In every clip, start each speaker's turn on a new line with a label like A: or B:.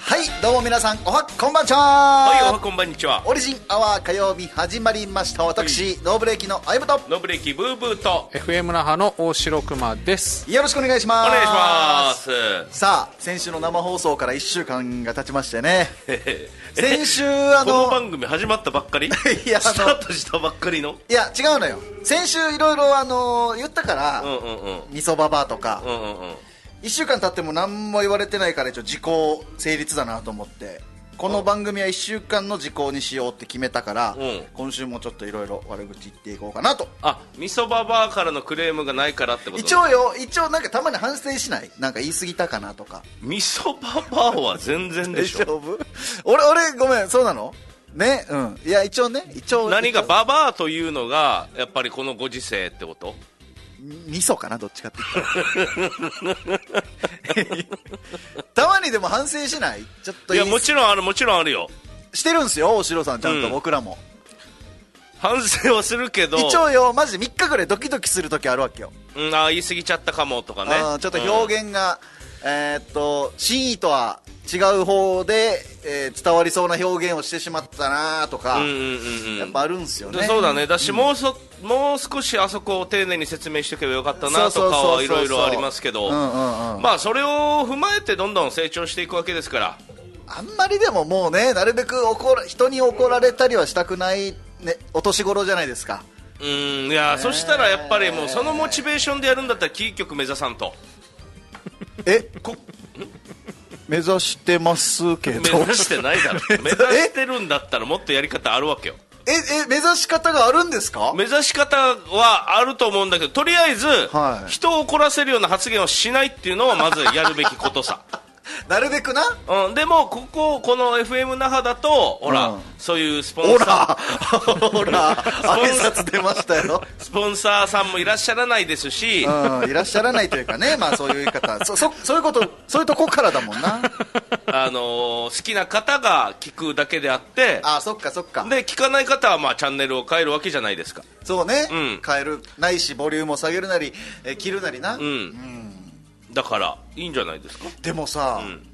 A: はいどうも皆さんおはこんばんちは
B: はい、お
A: は
B: はこんばんにちは。
A: オリジンアワー火曜日始まりました私ノーブレーキの相武と
B: ノブレーキブーブーと、
C: FM 那覇の大城熊です
A: よろしくお願いしま
B: お
A: す
B: 願いします。
A: さあ先週の生放送から1週間が経ちまして ね先週
B: え
A: あ
B: この
A: の
B: 番組始まったばっかり
A: いやあの
B: スタートしたばっかりの
A: いや違うのよ先週いろいろあの言ったから、
B: うんうんうん。
A: みそばばとか、
B: うんうんうん。
A: 1週間経っても何も言われてないから一応時効成立だなと思ってこの番組は1週間の時効にしようって決めたから、
B: うん
A: 今週もちょっといろいろ悪口言っていこうかなと
B: あ、みそばばーからのクレームがないからってこと
A: 一応よ一応なんかたまに反省しないなんか言い過ぎたかなとか
B: みそばばーは全然でしょ。
A: 夫俺 俺ごめんそうなのねうんいや一応ね一応
B: 何が
A: 一応
B: ババアというのが、やっぱりこのご時世ってこと
A: 味噌かなどっちかって言ったら たまにでも反省しないちょっと
B: いや、
A: 言
B: もちろんある、もちろんあるよ。
A: してるんすよお城さんちゃん
B: う
A: と
B: ん
A: 僕らも、
B: 反省はするけど、
A: 一応よマジで3日ぐらいドキドキする時あるわけよ、
B: うん、あー言い過ぎちゃったかもとかね
A: あー。ちょっと表現が、えーっと真意とは違う方で、えー伝わりそうな表現をしてしまったなとか、
B: うんうんうんうん。
A: やっぱあるんすよね
B: そうだねだし、もうそもう少しあそこを丁寧に説明しておけばよかったなとかはいろいろありますけど、
A: うんうんうん
B: まあそれを踏まえてどんどん成長していくわけですから
A: あんまりでももうねなるべく怒ら人に怒られたりはしたくない、ね、お年頃じゃないですか
B: うんいや、そしたらやっぱりもうそのモチベーションでやるんだったらキー局目指さんと
A: え
B: こ
A: 目指してますけ
B: 目指してないだろ 目指してるんだったらもっとやり方あるわけよ
A: ええ目指し方があるんですか
B: 目指し方はあると思うんだけどとりあえず、
A: はい
B: 人を怒らせるような発言をしないっていうのはまずやるべきことさ
A: なるべくな
B: うん、でもこここの FM 那覇だとほら、
A: うん
B: そういうスポ
A: ほ
B: ン
A: ら
B: サ
A: ほら挨拶出ましたよ
B: ースポンサーさんもいらっしゃらないですし、
A: うん、いらっしゃらないというかね、まあそういう言い方、そ、そ、そういうこと、そういうとこからだもんな。
B: あのー好きな方が聞くだけであって
A: あ、そっかそっか。
B: で聞かない方はまあチャンネルを変えるわけじゃないですか、
A: そうね、
B: うん
A: 変える、ないし、ボリュームを下げるなり、えー切るなりな。
B: うんだからいいんじゃないですか
A: でもさ、
B: ん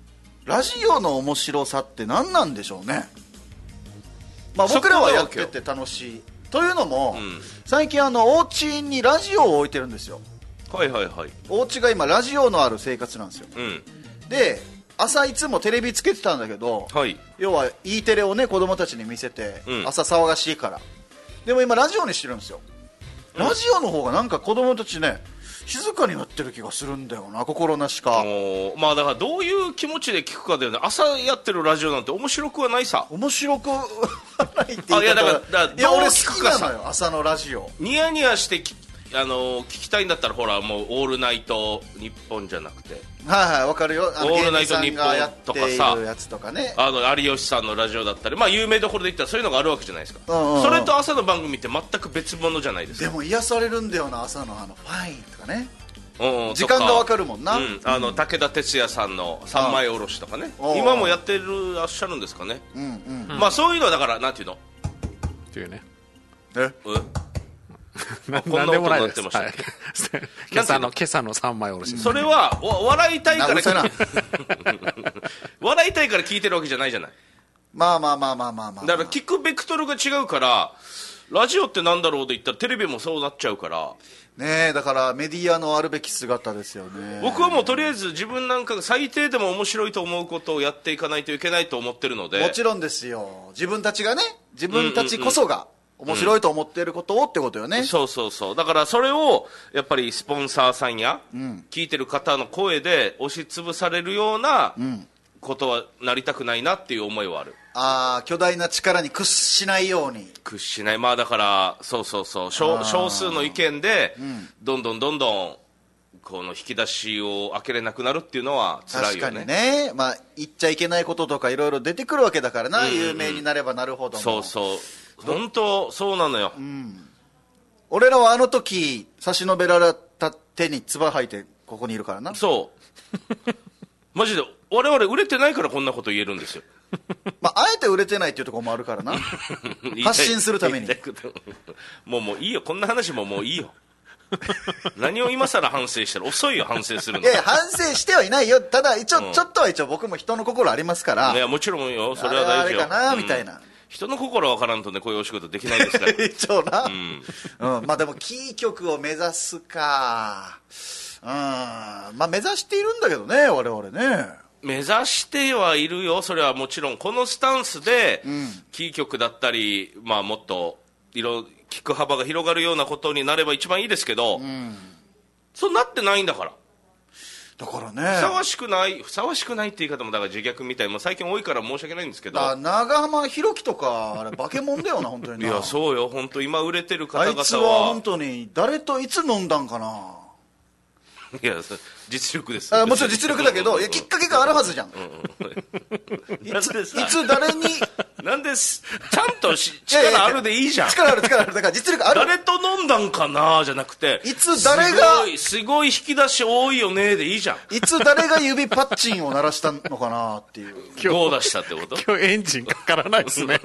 A: ラジオの面白さって何なんでしょうね。まあ僕らはやってて楽しい。というのも、
B: ん
A: 最近あの、お家にラジオを置いてるんですよ。
B: はいはいはい
A: お家が今ラジオのある生活なんですよ。
B: うん
A: で、朝いつもテレビつけてたんだけど、
B: はい
A: 要は E テレをね子供たちに見せて、
B: うん
A: 朝騒がしいからでも今ラジオにしてるんですよ、ラジオの方がなんか子供たちね静かになってる気がするんだよな心なしか、
B: もうまあだからどういう気持ちで聞くかだよね朝やってるラジオなんて面白くはないさ
A: 面白くはないって言
B: あいや
A: 方
B: だからだから
A: いや
B: どう
A: 俺好
B: 聞
A: き
B: くか
A: な
B: さ
A: のよ朝のラジオ
B: ニヤニヤしてきあのー聞きたいんだったらほらもう「オールナイト日本じゃなくて
A: はいはいわかるよあの
B: オー
A: 芸
B: ル
A: 人
B: ナイト
A: さ
B: ニ
A: ん
B: ッ
A: がや
B: ポ
A: っ
B: ン
A: て
B: とかさ
A: いるやつとかね
B: あの有吉さんのラジオだったり、まあ、有名どころで言ったらそういうのがあるわけじゃないですか、
A: うんうんうん
B: それと朝の番組って全く別物じゃないです
A: で
B: か
A: も癒されるんだよな朝のあのファインとかね
B: うんうん
A: 時間がわか
B: る
A: るもんな、
B: うん、あの武田鉄矢さんの三枚おろしとかね
A: ああ
B: 今もやってるらっしゃるんですかね、
A: うんうん
B: まあそういうのはだからなんていうの
C: っていうね
A: え
B: う
C: な
B: こんな
C: なんでもないで
B: 音
C: す
B: になってましたね
C: はい 今朝の今朝の三枚おろ
B: ん
C: しです
B: それはお笑いたい
A: な
B: か
A: う
B: ら
A: るさいな
B: 笑いたいから聞いてるわけじゃないじゃない
A: まあまあまあまあまあまあ、まあ、
B: だから聞くベクトルが違うからラジオってなんだろうで言ったらテレビもそうなっちゃうから
A: ねえだからメディアのあるべき姿ですよね
B: 僕はもうとりあえず自分なんかが最低でも面白いと思うことをやっていかないといけないと思ってるので
A: もちろんですよ自分たちがね自分たちこそが面白いと思っていることをってことよね、
B: そうそうそうだからそれをやっぱりスポンサーさんや、聞いてる方の声で押しつぶされるようなことはなりたくないなっていう思いはある
A: ああ巨大な力に屈しないように
B: 屈しないまあだからそうそうそう少少数の意見で、どんどんどんどんこの引き出しを開けれなくなるっていうのは辛い
A: 確
B: よ
A: か
B: ね
A: にね、まあ、言っちゃいけないこととかいろいろ出てくるわけだからな、有名になればなるほども
B: そうそう本当そうなのよ、
A: 俺らはあの時差し伸べられた手に唾吐いてここにいるからな
B: そうマジで我々売れてないからこんなこと言えるんですよ
A: まあ、あえて売れてないっていうところもあるからな
B: 言いい
A: 発信するために
B: 言いいこともうもういいよこんな話ももういいよ何を今更反省してる遅いよ反省する
A: い
B: の
A: やいや反省してはいないよただ一応、
B: うん
A: ちょっとは一応僕も人の心ありますから
B: いやもちろんよそれは大事よ
A: あれかな
B: うん
A: みたいな
B: 人の心わからんとねこういうお仕事できな いですから
A: 一応な、
B: ん
A: うんまあでもキー局を目指すかうんまあ目指しているんだけどね我々ね
B: 目指してはいるよそれはもちろんこのスタンスで、キー局だったりまあもっといろ聞く幅が広がるようなことになれば一番いいですけど、そうなってないんだから
A: だから
B: ふさわ
A: ね
B: しくないふさわしくないって言い方もだから自虐みたいもう最近多いから申し訳ないんですけど
A: だ長浜ひろきとかあれ化け物だよな本当に
B: い
A: な
B: やそうよ本当今売れてる方
A: あ
B: 々
A: いつは本当に誰といつ飲んだんかない
B: やそ実力です
A: あもちろん実力だけどいやきっかけがあるはずじゃん
B: うん
A: い
B: なん
A: つ
B: で
A: い
B: さ
A: つ誰に
B: なんですちゃんとし
A: いやいやいや
B: 力あるでいいじゃん
A: 力ある力あるだから実力ある
B: 誰と飲んだんかなじゃなくて
A: いつ誰が
B: すごいすごい引き出し多いよねでいいじゃん
A: いつ誰が指パッチンを鳴らしたのかなっていう
C: 今日
B: どう出したっ てこと
C: 今日エンジンかからないです ね。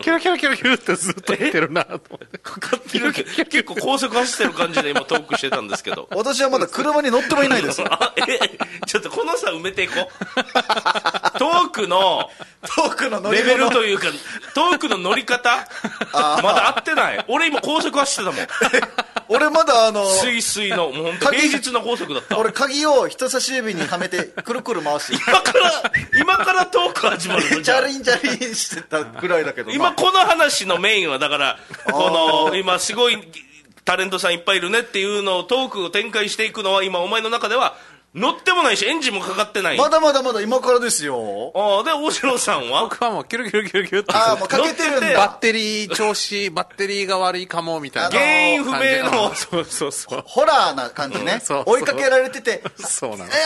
C: キュルキュルキュルキュルってずっと言ってるなと思って。かかってる
B: 結構高速走ってる感じで今トークしてたんですけど
A: 私はまだ車に乗ってもいない ですよ
B: あえちょっとこの差埋めていこう トークの
A: トークの乗り
B: レベル
A: 物
B: というかトークの乗り方まだ合ってない俺今高速走ってたもん
A: 俺まだあの
B: スイスイのもう本当
A: 鍵
B: 平日の高速だった
A: 俺鍵を人差し指にはめてくるくる回 して
B: 今から今からトーク始まるの
A: ジ
B: じゃあ
A: ャリンジャリンしてたぐらいだけどな
B: 今この話のメインはだからこの今すごいタレントさんいっぱいいるねっていうのをトークを展開していくのは今お前の中では乗ってもないしエンジンもかかってない、
A: まだまだまだ今からですよ
B: ああで大城さんは
C: 僕はもうキュルキュルキュルキュルってずっ
A: ああ
C: と
A: もうかけてるん
B: 乗ってて
C: バ
A: だ
C: ッテリー調子、バッテリーが悪いかもみたいな。
A: あの
B: 原因不明
C: う
B: の
C: んそうそうそう。
A: ホラーな感じ
C: う
A: ね
C: んそう
A: 追いかけられてて
C: そうなの
A: えー早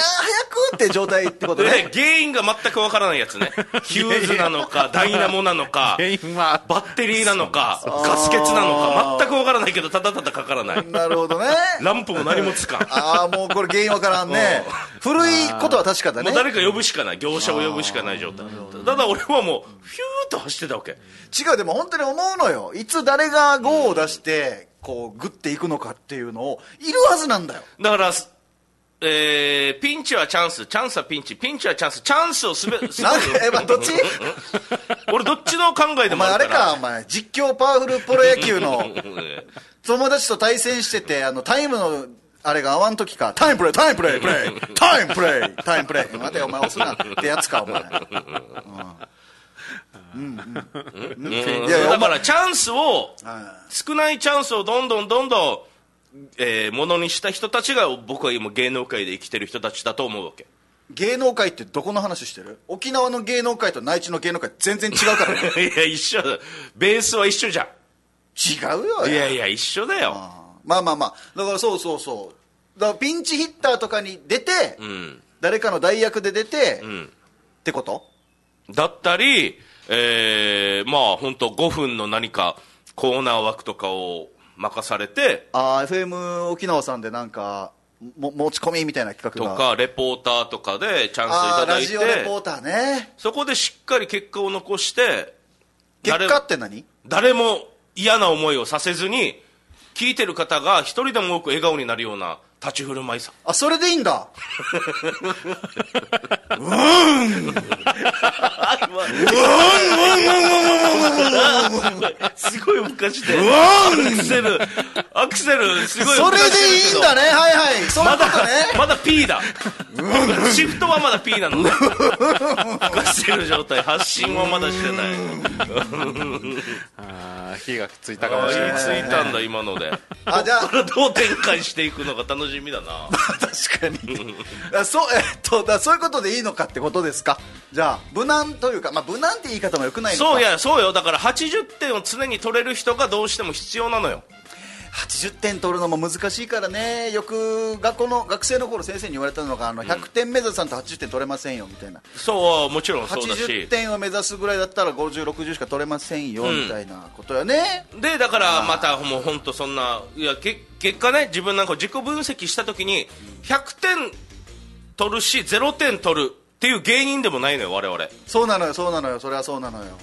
A: くって状態ってこと
B: で
A: ね
B: 原因が全くわからないや つねヒューズなのかダイナモなのか
C: 原因は、
B: バッテリーなのかガス欠なのか全くわからないけどただただかからない
A: なるほどね
B: ランプも何もつかん
A: ああもうこれ原因わからんね古いことは確かだ
B: も
A: ね
B: う誰か呼ぶしかない業者を呼ぶしかない状態ただ俺はもうヒューッと走ってたわけ
A: 違うでも本当に思うのよいつ誰がゴーを出してこうグッていくのかっていうのをいるはずなんだよ
B: だから、すえー、ピンチはチャンス、チャンスはピンチ、ピンチはチャンス、チャンスをすべ、す べ
A: なんでえまあどっち
B: 俺どっちの考えで
A: お
B: も
A: 前あ
B: あ
A: れ
B: るから。
A: かお前実況パワフルプロ野球の
B: うん
A: 友達と対戦しててあのタイムのあれが合わん時かタイムプレイタイムプレイプレ イタイムプレイタイムプレイ待てよお前押すなってやつかお前
B: う
A: い
B: ん
A: やいや
B: だからチャンスを、
A: あ
B: 少ないチャンスをどんどんどんどん、えー、ものにした人たちが僕は今芸能界で生きてる人たちだと思うわけ。
A: 芸能界ってどこの話してる沖縄の芸能界と内地の芸能界全然違うから ね
B: いや、一緒だ。ベースは一緒じゃ
A: 違うよ
B: ん。いやいや、一緒だよ。
A: まあまあまあだからそうそうそうだからピンチヒッターとかに出て、
B: うん。
A: 誰かの代役で出て、っ
B: うん。
A: てこと
B: だったり、えー、まあ本当5分の何かコーナー枠とかを任されて、
A: ああ FM 沖縄さんでなんかも持ち込みみたいな企
B: と
A: 画が
B: か、レポーターとかでチャ
A: あ
B: ンスいた
A: あ
B: だ
A: ラ
B: い
A: ジオレポ
B: て、
A: ーターね
B: そこでしっかり結果を残して、
A: 結
B: 誰
A: 果って何
B: 誰も嫌な思いをさせずに、聞いてる方が一人でも多く笑顔になるような立ち振る舞いさ。
A: あそれでいいん だ
B: すごい昔で。アクセル、アクセル、すごい
A: それでいいんだねはいはいそうい
B: ま
A: うこ
B: だ
A: とね、
B: まだ P だ。シフトはまだ P なのね。ガッセル状態、発信はまだしてない。
C: あー火がついたか
B: あ
C: も
B: あ、
C: しれない。
B: 言いついたんだ、今ので。
A: あじゃあ
B: これどう展開していくのか楽しみだな。
A: 確かにあそう,、えっと、だそういうことでいいのかってことですかじゃあ無難というか、まあ、無難って言い方もよくないのか
B: そうや、そうよ。だから80点を常に取れる人がどうしても必要なのよ。
A: 80点取るのも難しいからねよく学校の学生の頃先生に言われたのがあの100点目指さんと80点取れませんよみたいな
B: そう、もちろんそうだ
A: 80
B: し。
A: 点を目指すぐらいだったら5060しか取れませんよ
B: ん
A: みたいなことよね、
B: で、だからまたもう本当そんな、いや、け結果ね、自分なんか自己分析したときに、100点取るし、0点取るっていう芸人でもないのよ、我々。
A: そうなのよそうなのよそれはそうなのよ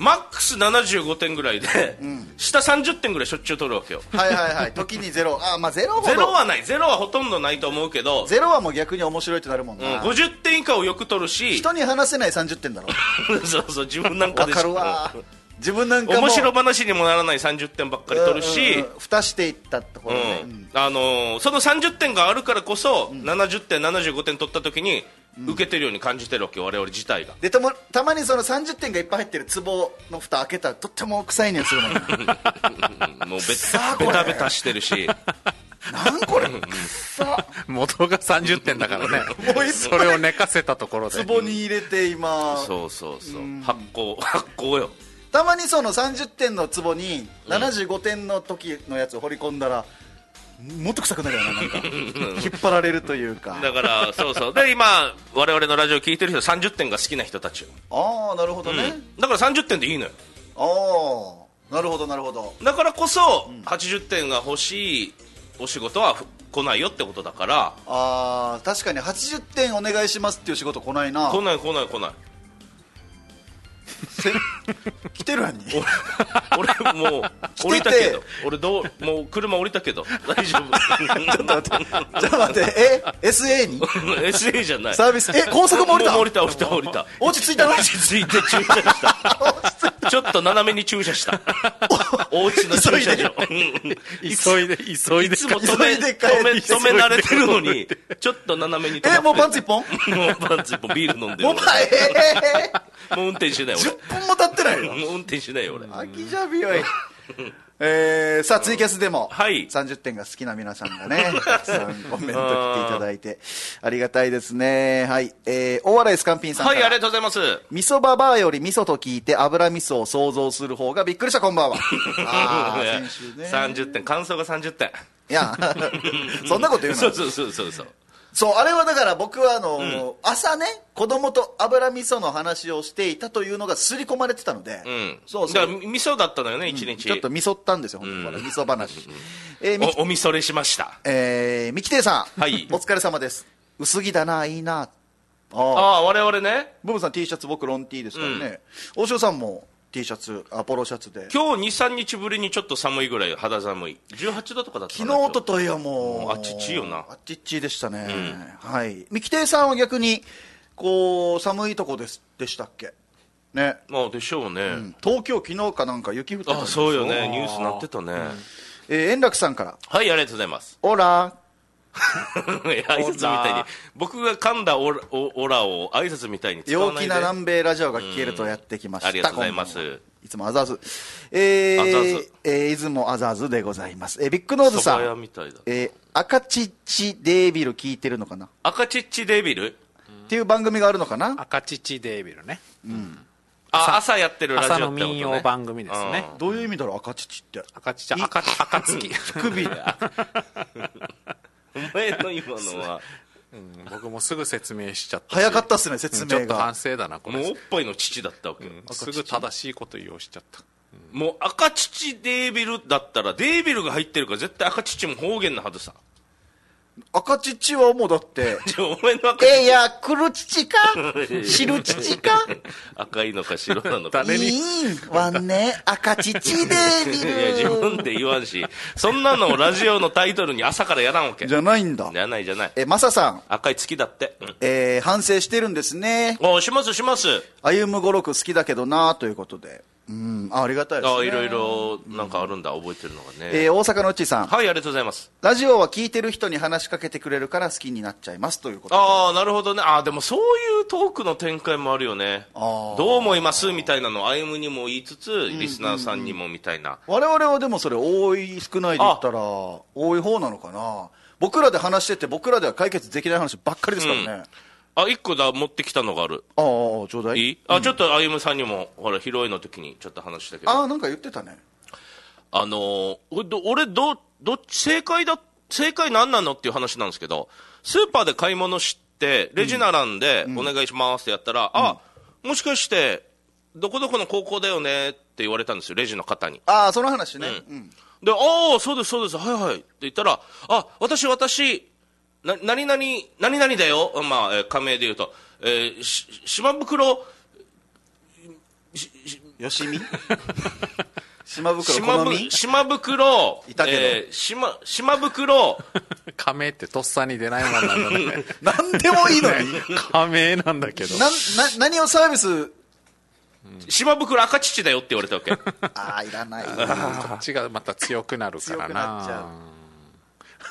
B: マックス75点ぐらいで、下30点ぐらいしょっちゅう取るわけよ
A: はいはい はい時にゼロあまあゼロほど
B: ゼロはないゼロはほとんどないと思うけど、
A: ゼロはもう逆に面白いってなるもん
B: うん、
A: な、
B: 50点以下をよく取るし
A: 人に話せない30点だろ
B: そうそう自分なんか
A: わ
B: で
A: かるわ自分なんかも
B: 面白話にもならない30点ばっかり取るし、
A: うんうんうん蓋していったところね、うん
B: あのーその30点があるからこそ、70点、75点取った時に、受けてるように感じてるわけよ、我々自 体が。
A: でたまたまにその30点がいっぱい入ってる壺の蓋開けたらとっても臭い匂いす るもんな
B: もうベ
A: さあこ
B: タ
A: れ
B: ベタベタしてる し、
A: なんこれくっさ
C: 元が30点だから
A: も
C: ね
A: ういっぱい
C: それを寝かせたところで
A: 壺に入れて今
B: そうそうそう、発酵、 発酵よ。
A: たまにその30点の壺に75点の時のやつを掘り込んだら、もっと臭くなるよななんか引っ張られるというか
B: だから、そうそう。で、今、我々のラジオ聞いてる人、30点が好きな人たちよ。
A: ああなるほどね、
B: だから30点でいいのよ。
A: ああなるほどなるほど
B: だからこそ、80点が欲しいお仕事はふ来ないよってことだから、
A: あー確かに80点お願いしますっていう仕事来ないな
B: 来ない来ない来ない。
A: 来てる やんに
B: 俺もう
A: てて
B: 降りたけど俺どうもう車降りたけど大丈夫ちょっと待って
A: ちょっと待ってえ SA に
B: SA じゃない
A: サービスえ高速も降りた
B: う降りた降りた降りた
A: お家着いたの
B: 落ち着いて駐車したちょっと斜めに駐車したお家の駐車場
C: 急いで急い
B: い
C: で
B: つも止め
A: 急いで帰
B: 止め
A: り
B: 止め慣れてるのにちょっと斜めに止まって
A: えもうパンツ一本
B: もうパンツ一本ビール飲んでる
A: お
B: 俺
A: 前え
B: もう運転しない
A: ー、10分も経ってないよ
B: 俺もう運転しないよ俺
A: 飽きじゃびよいえー、さあツイキャスでも、
B: はい
A: 30点が好きな皆さんが ねたくさんコメント来ていただいてありがたいですねはい、えー、大洗スカンピンさんか
B: は
A: ら
B: いありがとうございます
A: 味噌ババアより味噌と聞いて油味噌を想像する方がびっくりしたこんばんは ああ先週ね
B: 30点感想が30点
A: いや そんなこと言うな
B: そうそうそうそうそう
A: そうあれはだから僕はあの、朝ね子供と油味噌の話をしていたというのが刷り込まれてたので、
B: うん、
A: そう
B: だ
A: そ
B: から
A: う
B: 味噌だったのよね、一日
A: ちょっと味噌ったんですよ本当にこれ味噌話えーみき
B: おお味噌れしました
A: えーみきていさん、
B: はい
A: お疲れ様です薄着だないいな
B: あ
A: ああ
B: あ我々ね
A: ブブさん T シャツ僕ロン T ですからね、大塩さんも T シャツアポロシャツで
B: 今日23日ぶりにちょっと寒いぐらい肌寒い18度とかだったか
A: 昨
B: な
A: 日とといはもう
B: あっちっちよな
A: あっちっちでしたね、はい三木亭さんは逆にこう寒いとこですでしたっけね
B: 今日あでしょうね、
A: 東京昨日かなんか雪降ってたん
B: あ
A: です
B: そうよねニュースなってたね、
A: えー円楽さんから
B: はいありがとうございます
A: 「オラ
B: いや挨拶みたいに僕が噛んだオラオラを挨拶みたいに使わ
A: 陽
B: ない
A: 気
B: で
A: な南米ラジオが聴けるとやってきました」
B: うんありがとうございます
A: こんばんはいつもあざあずえー、
B: あざあず
A: えー、いつもあざあずでございます、えービッグノーズ
B: 蕎
A: さ
B: 麦屋
A: ん
B: みたいだ
A: えー赤ちっちデービル聞いてるのかな、
B: 赤チッチデビル
A: っていう番組があるのかな
C: 赤乳デービルね
B: あ朝やってるラジオっ
C: 朝
B: て
C: の
B: こと、ね、
C: 民謡番組ですね
B: うん
A: どういう意味だろう赤ちっちって
C: 赤乳赤赤月
A: 首
B: お前の今のは
C: うん僕もすぐ説明しちゃったし
A: 早かったっすね説
C: ちょっ
A: 明
C: と
A: が
C: 反省だなこ
B: もうお
C: れ
B: っぱいの父だったわけよ、
C: すぐ正しいこと言おうしちゃった
B: もう赤乳デービルだったらデービルが入ってるから絶対赤乳も方言のはずさ
A: 赤ちちはもうだって
B: じゃあお前の赤
A: えいや黒乳か 白乳か
B: 赤いのか白なのか
C: 誰
A: い
C: に
A: いわね赤ちち で
B: いや自分で言わんしそんなのをラジオのタイトルに朝からやらんわけ
A: じ
B: じ
A: ゃないんだ
B: ゃないじゃない
A: えマサさん、
B: 赤い月だって、うん
A: えー反省してるんですね
B: おしますします
A: 歩む語録好きだけどなということでうんあありがたいですね
B: あいろいろなんかあるんだ覚えてるのがね、
A: えー大阪のうちさん
B: はいありがとうございます
A: ラジオは聞いてる人に話しかけてくれるから好きになっちゃいますということで
B: ああなるほどねあーでもそういうトークの展開もあるよね
A: あー
B: どう思いますみたいなの歩むにも言いつつリスナーさんにもみたいな、
A: 我々はでもそれ多い少ないで言ったら多い方なのかな僕らで話してて僕らでは解決できない話ばっかりですからね、あ
B: あ一個だ持ってきたのがある
A: あああちょうだい
B: いいあ、ちょっと歩夢さんにも、ほら、披露宴の時にちょっと話したけど、あ
A: ああなんか言ってたね
B: のー俺ど、俺ど、どっち、正解だ、正解なんなのっていう話なんですけど、スーパーで買い物して、レジ並んで、お願いしますってやったら、あ、もしかして、どこどこの高校だよねって言われたんですよ、レジの方に。
A: ああその話ね、うん
B: で、ああ、そうです、そうです、はいはいって言ったら、あ、私、私、な、何々、何々だよ。まあ、えー、仮名で言うと、えー、し、島袋、しし
A: よし み島袋
B: 島
A: 好
B: ぶ
A: み
B: 島袋
A: いたけど
B: えー島島袋
C: 亀ってとっさに出ないもんなんだ ね。
A: 何でもいいのに
C: 亀なんだけど。
A: なな何をサービス
B: 島袋赤乳だよって言われたわけ
A: ああいらない
C: こっちがまた強くなるからな。
A: 強くなっちゃ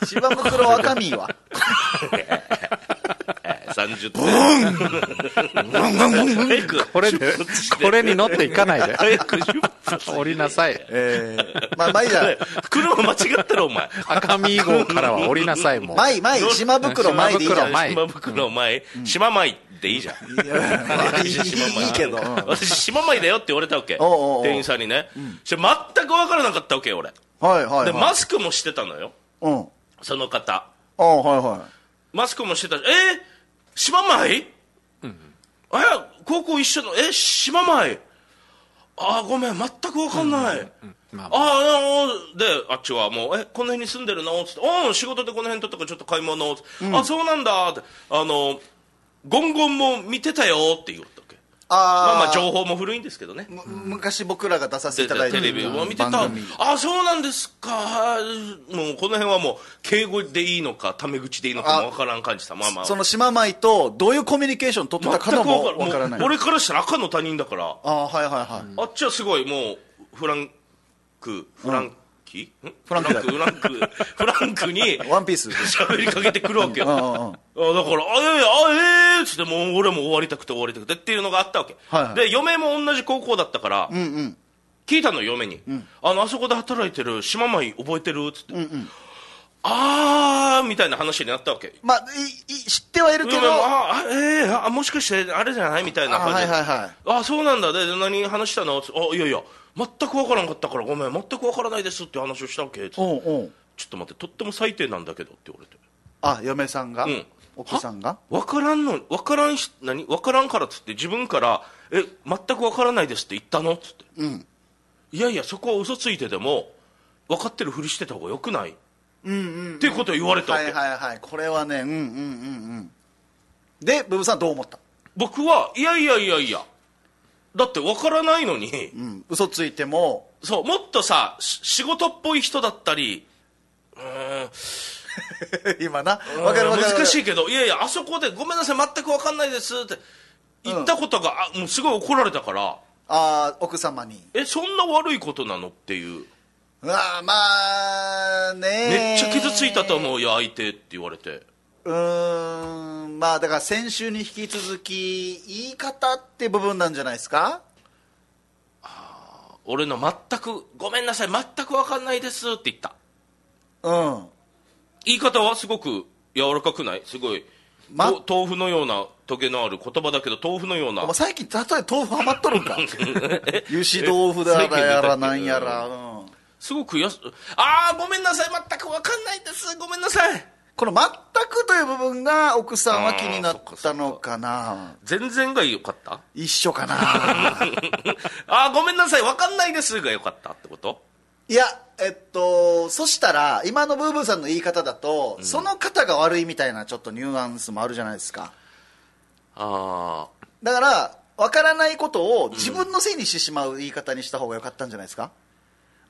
A: 島袋赤身は
B: 30点早く
C: これで、これに乗っていかないで。
B: 早く10
C: 降りなさい。
A: ええまあまあいいじゃん
B: 車間違ったろお前
C: 赤身号からは降りなさい、もう。
A: 前前島袋前でいいじゃん
C: 島前
B: 島袋前、島前でいいじゃん
A: いやいいいいけどうん
B: 私島前だよって言われたわけ
A: おうおうおう
B: 店員さんにね、それ全く分からなかったわけよ俺
A: はいはい
B: で
A: は
B: マ
A: い
B: スクもしてたのよ
A: うん
B: その方
A: ああはいは
B: マスクもしてたしえー、島前、あや高校一緒のえ島前あーごめん全く分かんない、
C: まあまあ
B: ああ、で、あっちはもう、え、この辺に住んでるのつって、うん、仕事でこの辺とったからちょっと買い物、つってあ、そうなんだって、あの、ゴンゴンも見てたよって言ったっけ。
A: あー
B: まあまあ、情報も古いんですけどね。
A: いむ昔僕らが出させていただいて
B: テレビを見てた
A: 番組。
B: あ、そうなんですか。はいもう、この辺はもう、敬語でいいのか、タメ口でいいのかもわからん感じだ。まあまあ。
A: その島舞とどういうコミュニケーション取ってたか
B: 全く
A: も
B: わから
A: わからない
B: もう俺からしたら赤の他人だから、
A: ああはいはいはい、
B: あっちはすごいもうフランクフランキ、ん
A: フランクだ
B: フランクフランクフラン クに
A: ワンピース
B: 喋りかけてくるわけよ
A: うんう
B: あ
A: んうん
B: だから「あいやいやあええー」っつってもう俺も終わりたくて終わりたくてっていうのがあったわけ、
A: はいはい
B: で嫁も同じ高校だったから、
A: うんうん
B: 聞いたの嫁に、あの「あそこで働いてる島舞覚えてる?」っつって「ああ」みたいな話になったわけ
A: まあいい知ってはいるけど、
B: 嫁もああええあもしかしてあれじゃないみたいな
A: あ
B: 感じで
A: はいはいはい
B: あそうなんだでで何話したのつあいやいや全く分からんかったからごめん全く分からないですって話をしたわけつちょ
A: おうおう
B: っと待ってとっても最低なんだけどって言われて
A: あ嫁さんが、
B: うん
A: 奥さんが
B: 分からんの分からんし何分からんからっつって自分からえ全く分からないですって言ったのっつって、
A: うん
B: いやいやそこは嘘ついてでも分かってるふりしてた方がよくない、っていうことを言われたわ
A: は
B: け、
A: いはいはいこれはねうんうんうんうんでブブさんどう思った
B: 僕はいやいやいやいやだって分からないのに、
A: うん嘘ついても
B: そう、もっとさ、し仕事っぽい人だったり、うーん
A: 今なわかるわかる
B: 難し
A: い
B: いけど、いやいや、あそこでごめんなさい、全く分かんないですって言ったことが、あもうすごい怒られたから、
A: ああ奥様に
B: え、そんな悪いことなのっていう、
A: うわーまあね
B: めっちゃ傷ついたと
A: う
B: 思うよ、相手って言われて。
A: うーんまあだから先週に引き続き言い方って部分なんじゃないですか
B: 俺の全く、ごめんなさい、全く分かんないですって言った。
A: うん
B: 言い方はすごく柔らかくないすごい、
A: ま
B: と豆腐のようなトゲのある言葉だけど、豆腐のような。
A: お前最近例え豆腐ハマっとるんか 油脂豆腐だらやらなんやら、うん
B: すごくやす、ああ、ごめんなさい、全く分かんないです、ごめんなさい。
A: この「全く」という部分が奥さんは気になったのかな
B: 全然が良かった
A: 一緒かな
B: あーごめんなさい分かんないですが良かったってこと
A: いやえっとそしたら今のブーブーさんの言い方だと、その方が悪いみたいなちょっとニュアンスもあるじゃないですか
B: ああ
A: だから分からないことを自分のせいにしてしまう言い方にした方が良かったんじゃないですか、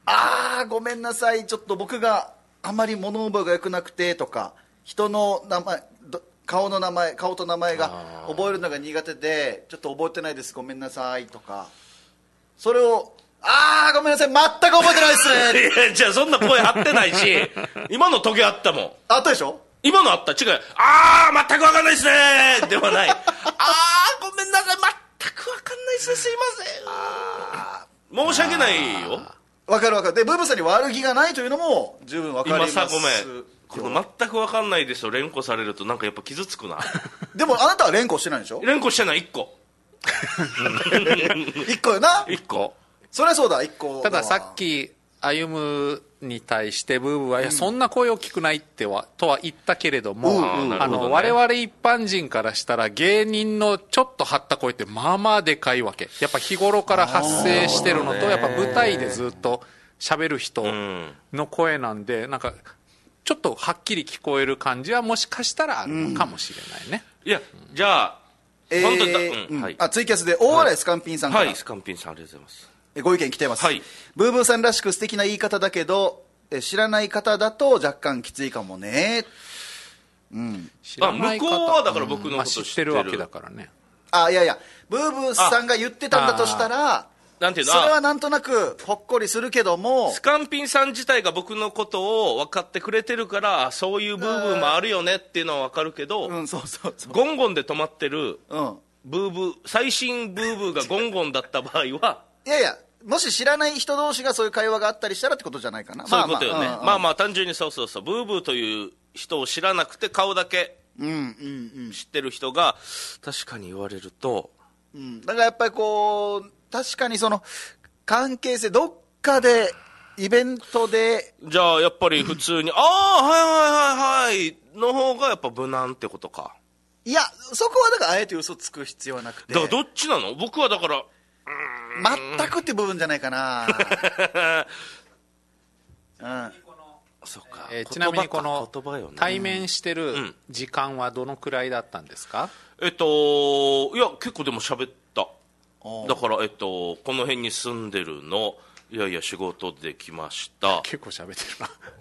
A: ああごめんなさいちょっと僕があまり物覚えが良くなくてとか人の名前ど顔の名前顔と名前が覚えるのが苦手でちょっと覚えてないですごめんなさいとかそれをああごめんなさい全く覚えてないです ね
B: いやじゃあそんな声張ってないし今のトゲあったもん
A: あったでしょ
B: 今のあった違うああ全く分かんないですねではないああごめんなさい全く分かんないですねすいません申し訳ないよ
A: わかるわかるでブーブーさんに悪気がないというのも十分わかりま
B: 今
A: す
B: さごめんこの全く分かんないですを連呼されるとなんかやっぱ傷つく な
A: でもあなたは連呼してないでしょ
B: 連呼してない1個
A: 一個よな
B: 1個
A: そりゃそうだ一個
C: たださっき、歩むに対してブーブーは、いや、そんな声大きくないっては、とは言ったけれども、
B: うんうんな
C: あ
B: るほど
C: の、
B: ね
C: 我々一般人からしたら、芸人のちょっと張った声って、まあまあでかいわけ。やっぱ日頃から発生してるのと、やっぱ舞台でずっと喋る人
B: ん
C: の声なんで、なんか、ちょっとはっきり聞こえる感じはもしかしたらあるのかもしれないね。
B: いや、じゃあ、
A: えー
B: 本当にだうん
A: うん
B: はい
A: あツイキャスで大洗スカンピンさんから、
B: はい、スカンピンさんありがとうございます。
A: えご意見来てます、
B: はい
A: ブーブーさんらしく素敵な言い方だけどえ知らない方だと若干きついかもね
C: 知
B: あ
C: らな
B: 向
C: い
B: こ
C: 方
B: うはだから僕の
C: ま
B: こ
C: あ
B: と知
C: 知っ
B: って
C: て
B: る
C: るわけだからね
A: あいやいやブーブーさんが言ってたんだとしたら
B: なんていうの
A: それ
B: あ
A: はなんとなくほっこりするけども
B: スカンピンさん自体が僕のことを分かってくれてるからあそういう部分もあるよねっていうのは分かるけど、
A: うんそうそうそう
B: ゴンゴンで止まってる
A: うん
B: ブーブー最新ブーブーがゴンゴンだった場合は
A: いやいやもし知らない人同士がそういう会話があったりしたらってことじゃないかな
B: そういうことよね、まあまあ,、
A: まあ
B: 単純にそうそうそうブーブーという人を知らなくて顔だけ
A: うんうんうん
B: 知ってる人が確かに言われると
A: うん、だからやっぱりこう、確かにその関係性、どっかで、イベントで、
B: じゃあやっぱり普通に「ああはいはいはいはい」の方がやっぱ無難ってことか
A: いや、そこはだからあえて嘘つく必要はなくて、
B: だからどっちなの僕はだから
A: 全くって部分じゃないかな。 うん、
B: そっか、
C: えーちなみにこの
B: 言葉か言葉よね
C: 対面してる
B: ん
C: 時間はどのくらいだったんですか、
B: えっといや結構でも喋った
A: おう
B: だからえっとこの辺に住んでるのいやいや仕事でき ました、
C: 結構喋って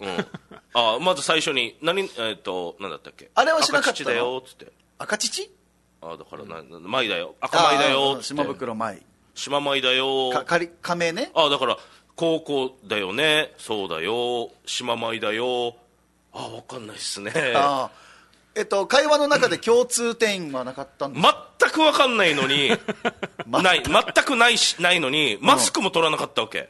C: るな
B: うん、あまず最初に何えっと何だったっけ
A: あれはしなかったの
B: 赤土だよっつって
A: 赤乳
B: あだからな、な舞だよ赤舞だよ
A: あ
B: っ
A: ー
B: つって
A: 島袋舞。
B: 島舞だよ
A: か、仮、仮名ね。
B: あだから高校だよねそうだよ島舞だよあわかんないっすね
A: あーえっと、会話の中で共通点はなかったん です
B: 全くわかんない のにない全くないしないのにマスクも取らなかったわけ、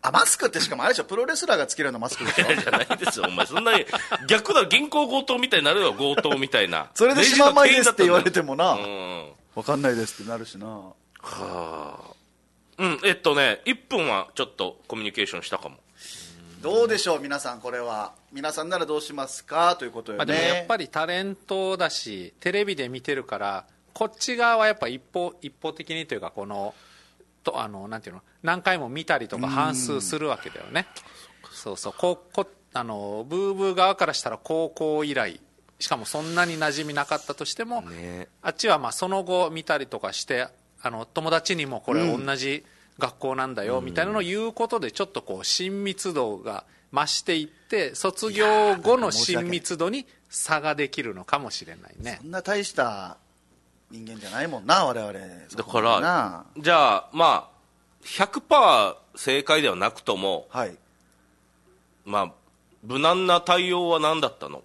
A: あ、マスクってしかもあれでしょ、プロレスラーがつけるようなマスクで しょ。
B: じゃないですよお前そんなに逆だろ銀行強盗みたいになるよ強盗みたいな
A: それで
B: レジの
A: 島前
B: 店
A: で
B: 員だ
A: すっ
B: っ
A: たて言
B: んだ
A: われてもな、
B: うん
A: わかんないですってなるしな。
B: うんえっとね1分はちょっとコミュニケーションしたかも
A: どうでしょう、皆さん、これは。皆さんならどうしますかということよ
C: まあ
A: ね。
C: でもやっぱりタレントだしテレビで見てるからこっち側はやっぱ一方一方的にというかこのとあのなんていうの何回も見たりとか反数するわけだよねそうそうこうこあのブーブー側からしたら高校以来しかもそんなに馴染みなかったとしても、
B: ね
C: あっちはまあその後見たりとかしてあの友達にもこれ同じ学校なんだよみたいなのを言うことでちょっとこう親密度が増していって卒業後の親密度に差ができるのかもしれないね
A: そんな大した人間じゃないもんな、我々。
B: だか
A: そんな
B: らじゃあまあ100%正解ではなくとも
A: はい。
B: まあ無難な対応は何だったの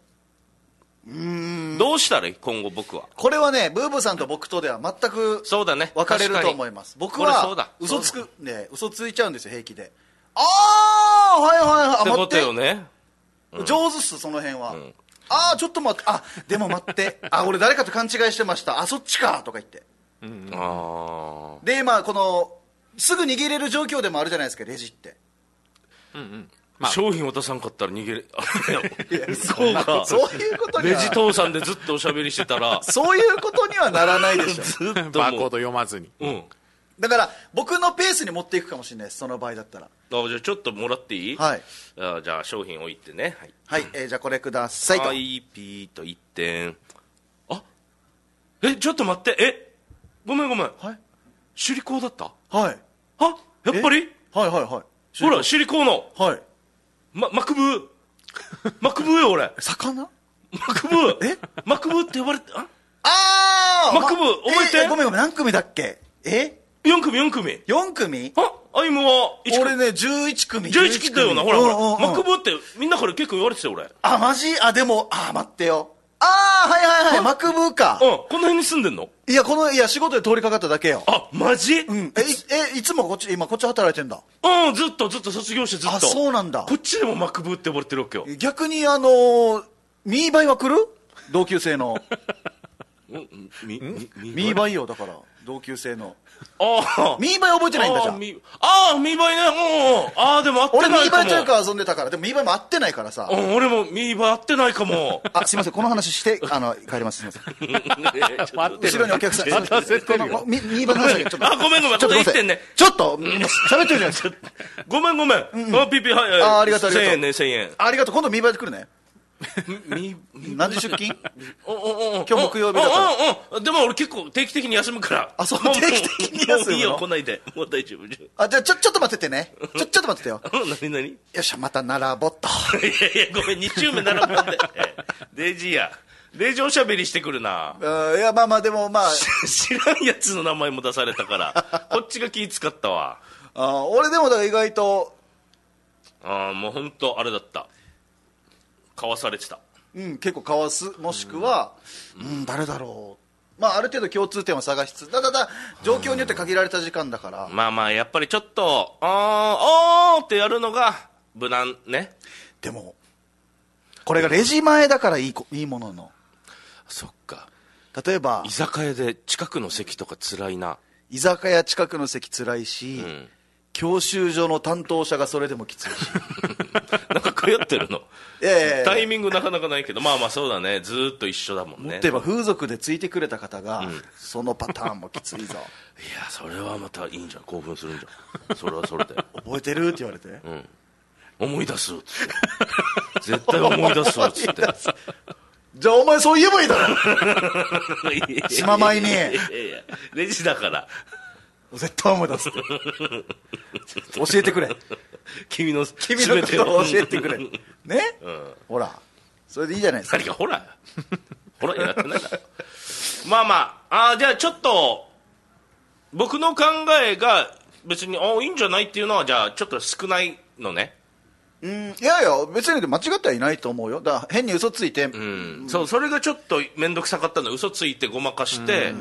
B: どうしたらいい今後僕は
A: これはね、ブーブーさんと僕とでは全く
B: そうだね
A: 分かれると思います。
B: 確か
A: 僕
B: にこれそうだ
A: は嘘つく、ね、嘘ついちゃうんですよ、平気で。あー、はいはいはい、あ
B: っ
A: 待
B: てこ
A: って、
B: とよね
A: 上手っす、その辺は。あー、ちょっと待って、あ、でも待って、 あ、俺誰かと勘違いしてました、あ、そっちか、とか言って。
B: あ
A: で、まあ、この、すぐ逃げれる状況でもあるじゃないですか、レジって。
B: あ
C: まあ
B: 商品渡さんかったら逃 げれそうか
A: そういうことに
B: レ
A: は
B: ジ父さんでずっとおしゃべりして たら
A: そういうことにはならないでしょ。
B: ずっともう
C: バーコード読まずに
B: うん
A: だから、僕のペースに持っていくかもしれないです、その場合だったら。
B: あじゃあちょっともらっていい、
A: はい。
B: あじゃあ商品置いてねはい
A: はい、えーじゃあこれくださいと。
B: はいピーと1点あえちょっと待ってえごめんごめん
A: はい。
B: 首里港だった
A: はい。
B: あやっぱり
A: はいはいはい。
B: ほら、シリコーの、
A: はい。
B: ま、マクブ ー。マクブーよ、俺。
A: 魚
B: マクブー。
A: え
B: マクブーって呼ばれて、あ
A: あー
B: マクブ
A: ま
B: 覚えて
A: えーごめんごめん、何組だっけえ
B: ?4 組、4組。
A: ?4 組
B: あアイムは1
A: 俺
B: 組。
A: ね、11組。
B: 11切ったよな、ほらほら。
A: うんうんうん
B: マクブーってみんなから結構言われてたよ、俺。うん。
A: あ、マジあ、でも、あー、待ってよ。あー、はいはいはい、マクブーか。
B: この辺に住んでんの
A: いや、この、いや、仕事で通りかかっただけよ。
B: あ、マジ
A: う。
B: うん
A: え、いえ、いつもこっち、今こっち働いてんだ。
B: ん、ずっとずっと卒業してずっと。
A: あそうなんだ
B: こっちでもマクブーって呼ばれてるわけよ。
A: 逆に、あのー、ミーバイは来る同級生 の。
B: うんみ、み、み、
A: ミーバイよ、だから。同級生の。
B: あー
A: ミーバイ覚えてないんだじゃ
B: あー
A: ん。
B: みあー、ミーバイね。うんうん。ああ、でも会ってな
A: 俺
B: い
A: ミー
B: かも。
A: バイというか遊んでたから、でもミーバイも会ってないからさ
B: う。ん、俺もミーバイ会ってない かも。
A: あ、すいません、この話して、あの、帰ります。すいません。
C: 待って
A: 後ろにお客さん。すいません
C: 待たせてるよ
A: このミミーバイの話だけちょっと。
B: あごめんごめん
A: ちょっと
B: ここで生きてんね
A: ちょっと、うん喋ってるじゃないですか。
B: ごめんごめん。あ、ピピ、はい、はい
A: あありがとうありがとう
B: 1000円ね、1000円。
A: ありがとう、今度ミーバイで来るね。
B: みみ
A: 何時出勤
B: おおおお
A: 今日木曜日だから
B: おおおでも俺結構定期的に休むから
A: あそう
B: も
A: 定期的に休むの
B: もういいよ来ないでもう大丈夫じ
A: あじゃあちょちょっと待っててねちょちょっと待っててよ
B: ゃん何何
A: よっしゃまた並ぼっと
B: いやいや、ごめん、2周目並ぶんで。えデイジーや。デイジーおしゃべりしてくるな。
A: うんいやまあまあでもまあ
B: 知らんやつの名前も出されたから、こっちが気使ったわ。
A: あ俺でもだから意外と
B: ああ、もう本当あれだった。かわされてた。
A: うん、結構かわすもしくは、うん誰だろう、まあ、ある程度共通点を探しつつただただ状況によって限られた時間だから、
B: まあまあ、やっぱりちょっと、あー、おーってやるのが、無難ね。
A: でもこれがレジ前だからいいこいいものの
B: そっか。
A: 例えば
B: 居酒屋で近くの席とか辛いな。
A: 居酒屋近くの席つらいし、
B: ん
A: 教習所の担当者がそれでもきついし
B: なんか通ってるの。
A: いやいやいや
B: タイミングなかなかないけど、まあまあそうだね。ずーっと一緒だも
A: も
B: んね。
A: っと言えば風俗でついてくれた方が、そのパターンもきついぞ
B: いやそれはまたいいんじゃん興奮するんじゃんそれはそれで
A: 覚えてるって言われて、
B: 思い出すっつって絶対思い出すっつって
A: じゃあお前そう言えばいいだろ 島前に
B: いやいやいやレジだから
A: 絶対思い出すって教えてくれ
B: 君の
A: 君の
B: 全
A: こ
B: てを
A: とを教えてくれね、ほらそれでいいじゃないですか
B: 何がほらほらになってないだろまあまああーじゃあちょっと僕の考えが別にあいいんじゃないっていうのはじゃあちょっと少ないのね
A: うんいやいや別に間違ってはいないと思うよだから変に嘘ついて、
B: うんそうそれがちょっと面倒くさかったの嘘ついてごまかして、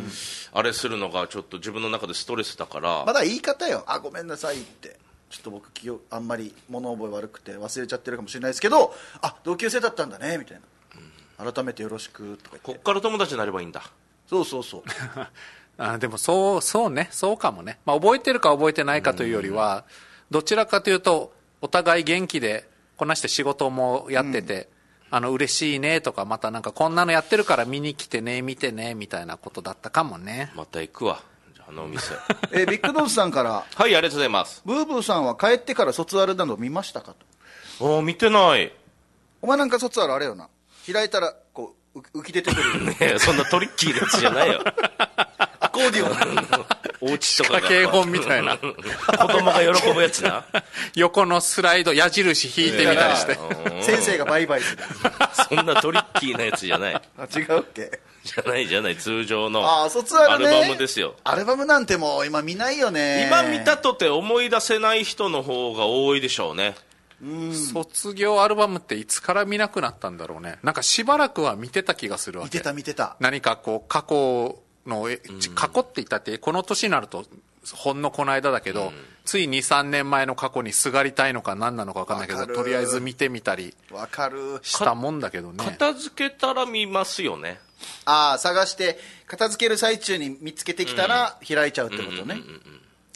B: あれするのがちょっと自分の中でストレスだから、
A: まだ言い方よあごめんなさいってちょっと僕記憶あんまり物覚え悪くて忘れちゃってるかもしれないですけどあ同級生だったんだねみたいな改めてよろしくとか言
B: こ
A: って
B: っから友達になればいいんだ
A: そうそうそう
C: あでもそうそうねそうかもね、まあ、覚えてるか覚えてないかというよりは、どちらかというとお互い元気でこなして仕事もやってて、あの嬉しいねとかまたなんかこんなのやってるから見に来てね見てねみたいなことだったかも ね
B: また行くわじゃああのお店はい
A: えビッグドーズさんから
B: ありがとうございます
A: ブーブーさんは帰ってから卒アルなど見ましたかと
B: ああ見てない
A: お前なんか卒アルあれよな開いたらこう浮浮き出てくる
B: ねえそんなトリッキーなやつじゃないよ
A: アコーディオン
B: お家とか
C: 家
B: が
C: 計本みたい な
B: 子供が喜ぶやつな
C: 横のスライド矢印引いてみたりして、
B: うん
A: 先生がバイバイする
B: そんなトリッキーなやつじゃない
A: あ違うっけ
B: じゃないじゃない通常の
A: ああ卒アルね
B: アルバムですよ
A: アルバムなんてもう今見ないよね
B: 今見たとて思い出せない人の方が多いでしょうね
C: 卒業アルバムっていつから見なくなったんだろうねなんかしばらくは見てた気がするわ
A: 見
C: け
A: てた見てた
C: 何かこう過去のえ過去って言ったってこの年になるとほんのこの間だけど、つい23年前の過去にすがりたいのか何なのか分かんないけ
A: わ
C: ど
A: かる
C: とりあえず見てみたり
A: わかる
C: したもんだけどね
B: 片付けたら見ますよね
A: ああ探して片付ける最中に見つけてきたら開いちゃうってことね、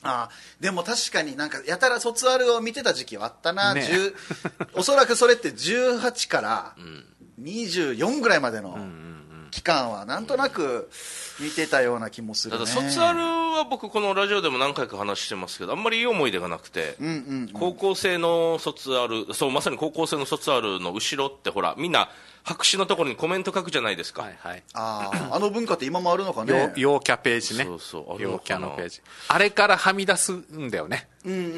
A: ああでも確かになんかやたら卒アルを見てた時期はあったな、
C: ね
A: 10 おそらくそれって18から24ぐらいまでの期間はなんとなく見てたような気もするね
B: ただ卒アルは僕このラジオでも何回か話してますけどあんまりいい思い出がなくて、高校生の卒アルそうまさに高校生の卒アルの後ろってほらみんな白紙のところにコメント書くじゃないですか、
C: はいはい
A: あ ああの文化って今もあるのか
C: 陽
A: ね
C: 陽キャページね
B: そうそうあるの
C: 陽キ
B: か
C: ャ
B: な
C: のページあれからはみ出すんだよね、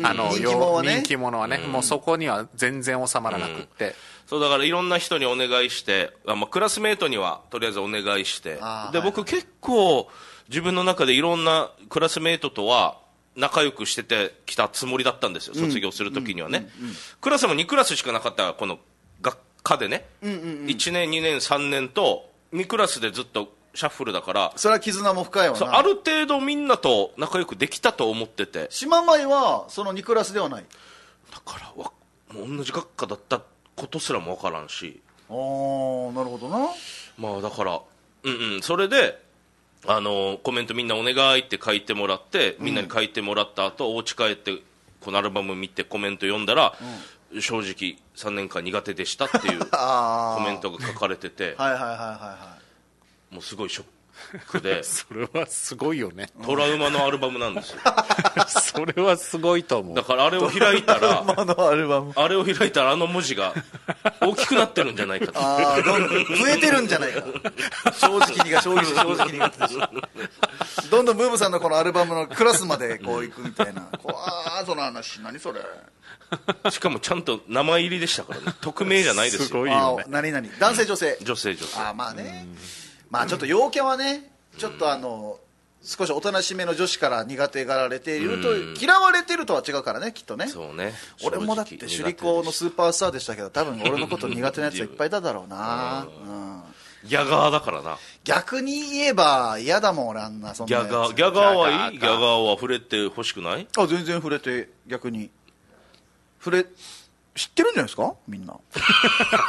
C: あの
A: 人気者はね
C: 陽人気者はね、もうそこには全然収まらなくって、
B: そうだからいろんな人にお願いしてあ、まあ、クラスメートにはとりあえずお願いして
A: あー
B: で
A: はい
B: 僕結構自分の中でいろんなクラスメートとは仲良くしててきたつもりだったんですよ卒業するときにはね、クラスも2クラスしかなかったこの学科でね、1年2年3年と2クラスでずっとシャッフルだから
A: それは絆も深いわ
B: そう
A: な
B: ある程度みんなと仲良くできたと思ってて
A: 島舞はそのニクラスではない
B: だからわもう同じ学科だったことすらも分からんし
A: ああなるほどな
B: まあだから、うんうん、それで、あのコメントみんなお願いって書いてもらって、みんなに書いてもらった後、お家帰って、このアルバム見てコメント読んだら、正直3年間苦手でしたっていうコ
A: ああ
B: メントが書かれてて、
A: はいはいはいはいはい
B: もうすごいショッ句で
C: それはすごいよね
B: トラウマのアルバムなんですよ
C: それはすごいと思
B: だ
C: う
B: からあれを開いたら
A: あのアルバム
B: あれを開いたらあの文字が大きくなってるんじゃないかと
A: ああどんどん増えてるんじゃないか正直にが正直に正直にがどんどんムーブさんのこのアルバムのクラスまでこう行くみたいな怖ーその話何それ
B: しかもちゃんと名前入りでしたからね匿名じゃないですよ
C: すごい
A: あ
C: よ
A: あ
C: ね
A: 何々男性女性
B: 女性女性
A: ああまあねまあちょっと陽キャはねちょっとあの少しおとなしめの女子から苦手がられていると嫌われてるとは違うからねきっとね
B: そうね
A: 俺もだって首里校のスーパースターでしたけど多分俺のこと苦手なやつはいっぱいいただろうな、うん、
B: ギャガーだからな
A: 逆に言えば嫌だもん俺あんなそん
B: ギ
A: なや
B: ャ
A: つ
B: ガーギャガーはいい
C: ギャガー
B: ギャガーは触れてほしくない
A: あ全然触れて逆に触れ知ってるんじゃないですかみんな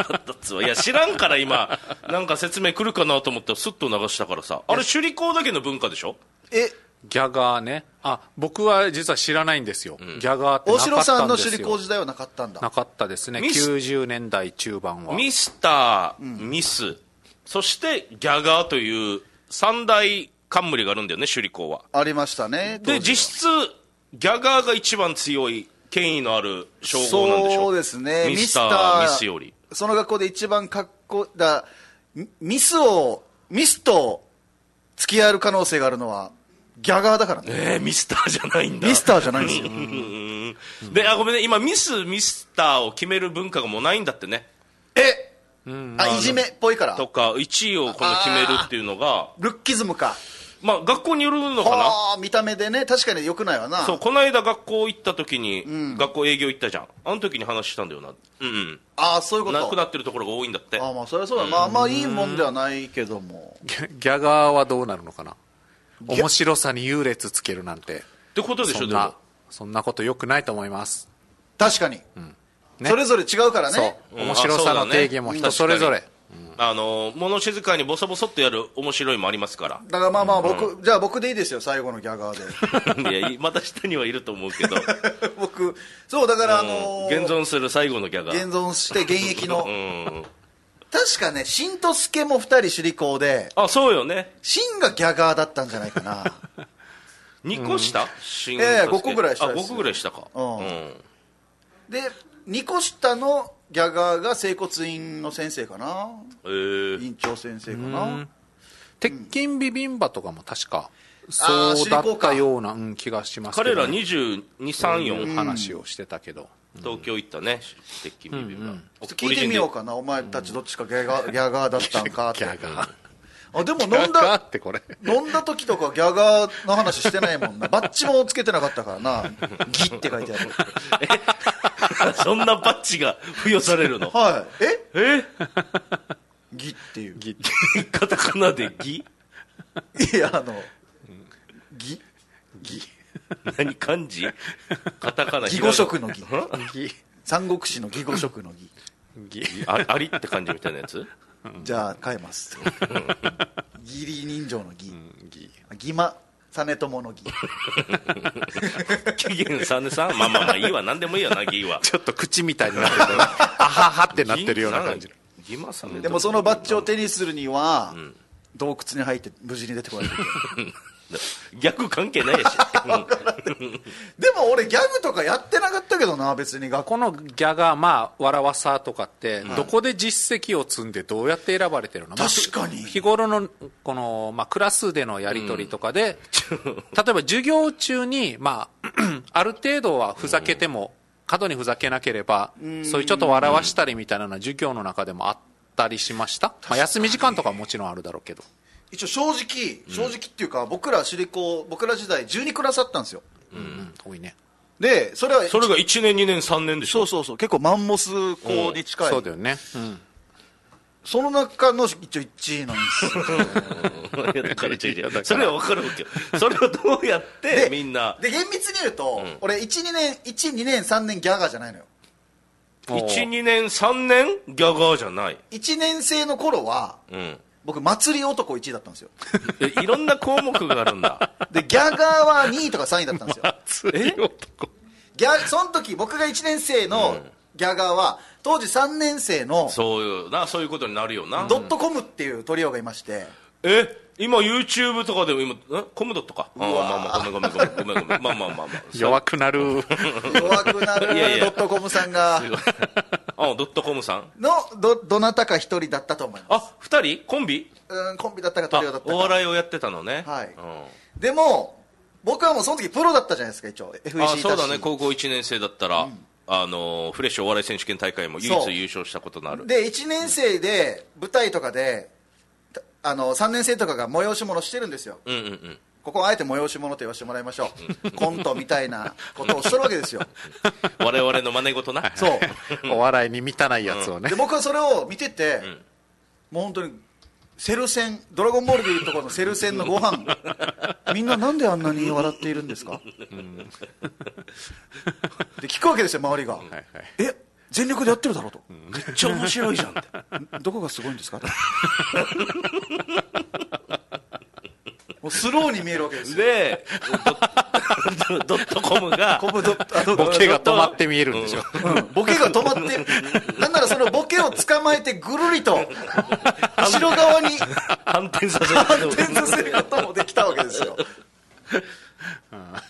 B: だっつうわいや知らんから今なんか説明来るかなと思ったらスッと流したからさあれ首里校だけの文化でしょ
A: え
C: ギャガーねあ僕は実は知らないんですよ、ギャガーって
A: 大
C: なか
A: 城
C: っ
A: さ
C: た
A: ん
C: ん
A: の
C: で
A: 首
C: す
A: 里
C: よ
A: 校時代はなかったんだ
C: なかったですね
B: ミス
C: 90年代中盤は
B: ミスター、ミスそしてギャガーという三大冠があるんだよね首里校は
A: ありましたね
B: で
A: 当時は
B: 実質ギャガーが一番強い権威のある称号なんでしょ
A: そうですね
B: ミスターミスより
A: その学校で一番かっこだミミスをミスと付き合える可能性があるのはギャガーだからね
B: えーミスターじゃないんだ
A: ミスターじゃないんですよ
B: うん であごめんね今ミスミスターを決める文化がもうないんだってね
A: え、あいじめっぽいから
B: とか1位をこの決めるっていうのが
A: ルッキズムか
B: まあ学校によるのか
A: ああ見た目でね確かによくないわな
B: なそうこの間学校行った時に、学校営業行ったじゃんあの時に話したんだよなうん、
A: ああそういう
B: う
A: こ
B: ん、
A: と
B: なくなってるところが多いんだって
A: ああまあそれはそうだ、まあまあいいもんではないけども
C: ギャギャガーはどうなるのかな面白さに優劣つけるなんて
B: ってことでし
C: そ
B: ょ
C: ん
B: でも
C: なそんなことよくないと思います
A: 確かに、
C: ね
A: それぞれ違うからね
C: そう
B: うん
C: 面白さ
B: あ
C: の
B: そうだね
C: 定義も人それぞれ
B: あの物静かにボソボソっとやる面白いもあります から
A: だからまあまあ僕、じゃあ僕でいいですよ最後のギャガーで
B: いやいまた下にはいると思うけど、
A: 僕そうだからあのー
B: 現存する最後のギャガー
A: 現存して現役 の、
B: うん
A: 確かね新とすけも2人首里校で
B: あそうよね
A: 新がギャガーだったんじゃないかな
B: 2個下、新
A: ええ
B: 五
A: 五個ぐらい下
B: あ
A: です
B: 5個ぐらい下か、
A: うん
B: うん
A: で2個下のギャガーが整骨院の先生かな
B: えー
A: 院長先生かな
C: 鉄筋ビビンバとかも確か
A: あー
C: そうだ
A: 知り
C: っ
A: 子か
C: たようなうん気がしますけ
B: 彼
C: ど
B: ら
C: ね
B: 2234、
C: 話をしてたけど
B: 東京行ったね鉄筋ビビンバ、
A: ちょっと聞いてみようかなお前たちどっちかギャガーギャガーだったんかって
C: ギャガー
A: あでも
C: ギ
A: 飲
C: ャ
A: ん
C: ガー
A: だ
C: ってこれ
A: 飲んだ時とかギャガーの話してないもんなバッチもつけてなかったからなギって書いてある
B: オリジナル そんなバッジが付与されるの
A: はいえ
B: え
A: ギっていう
B: カタカナでギ
A: いやあのギ
B: 何漢字カタカナ
A: 義語色の義
B: ひらがな
C: ギ
A: 三国志の義語色の義
C: ギ
B: あありって感じみたいなやつ
A: じゃあ変えます義理人情の義
C: ギ
A: 義間実朝の義
B: 紀元3年さんまあまあまあいいわ何でもいいよなギは
C: ちょっと口みたいになってるあははってなってるような感じ
B: ギマさん
A: でもそのバッジを手にするには洞窟に入って無事に出てこないといけない
B: 逆関係ない やし
A: でも俺ギャグとかやってなかったけどな別に学校
C: このギャガー、まあ、わらわさとかって、どこで実績を積んで、どうやって選ばれてるの、まあ
A: 確かに
C: 日頃のこの、まあ、クラスでのやり取りとかで、例えば授業中に、まあ、 ある程度はふざけても、過度にふざけなければ、そういうちょっと笑わしたりみたいなのは、授業の中でもあったりしました、まあ、休み時間とかはもちろんあるだろうけど、
A: 一応正直正直っていうか、僕ら私立校僕ら時代12クラスあったんですよ
C: うん多いね、
A: でそれは
B: それが1年2年3年でし
A: そ
B: ょ
A: うそうそう結構マンモス校に近い、
C: そうだよね、うん
A: その中の一応1位なんですよ
B: いやだから違う違うそれは分かるわけよそれをどうやってみんな
A: で厳密に言うと、俺12年12年3年ギャガーじゃないのよ
B: 12年3年ギャガーじゃない、
A: 1年生の頃は
B: うん、
A: 僕祭り男1位だったんですよ
B: えいろんな項目があるんだ
A: でギャガーは2位とか3位だったんですよ
C: 熱い男
A: ギャその時僕が1年生のギャガーは当時3年生の
B: そういうなそういうことになるよな
A: ドットコムっていうトリオがいまして
B: え今 YouTube とかでも今えコムドットかああまあまあごめんごめんごめんごめんごめんまあまあまあまあ
C: 弱くなる
A: 弱くなる
B: いやいや
A: ドットコムさんが
B: あドットコムさん
A: のどどなたか一人だったと思いま
B: あ二人コンビ
A: すうんコンビだったかト
B: あ
A: リオだった
B: お
A: か
B: 笑いをやってたのね
A: はい
B: うん
A: でも僕はもうその時プロだったじゃないですか一応 FEC
B: あそうだね
A: し
B: 高校1年生だったらあのフレッシュお笑い選手権大会も唯
A: そう
B: 一優勝したことのある
A: で1年生で舞台とかでたあの3年生とかが催し物してるんですよ
B: うんうんうん
A: ここはあえて催し物と言わせてもらいましょうコントみたいなことをしてるわけ ですよ
B: 我々の真似事な
A: そう
C: お笑いに満たないやつをね
A: で、僕はそれを見てて、もう本当にセル戦ドラゴンボールでいうところのセル戦のご飯 みんななんであんなに笑っているんですか、で聞くわけですよ周りが、
C: はいはい
A: え全力でやってるだろうと、
B: めっちゃ面白いじゃんって
A: どこがすごいんです かもうスローに見えるわけですよ
B: で、ドドットコムが、
A: コムドットあの
C: ボケが止まって見えるんでしょ、
A: うんボケが止まってなんならそのボケを捕まえてぐるり と後ろ側に
B: 反転させ
A: 反転
B: る。
A: させることもできたわけです よ。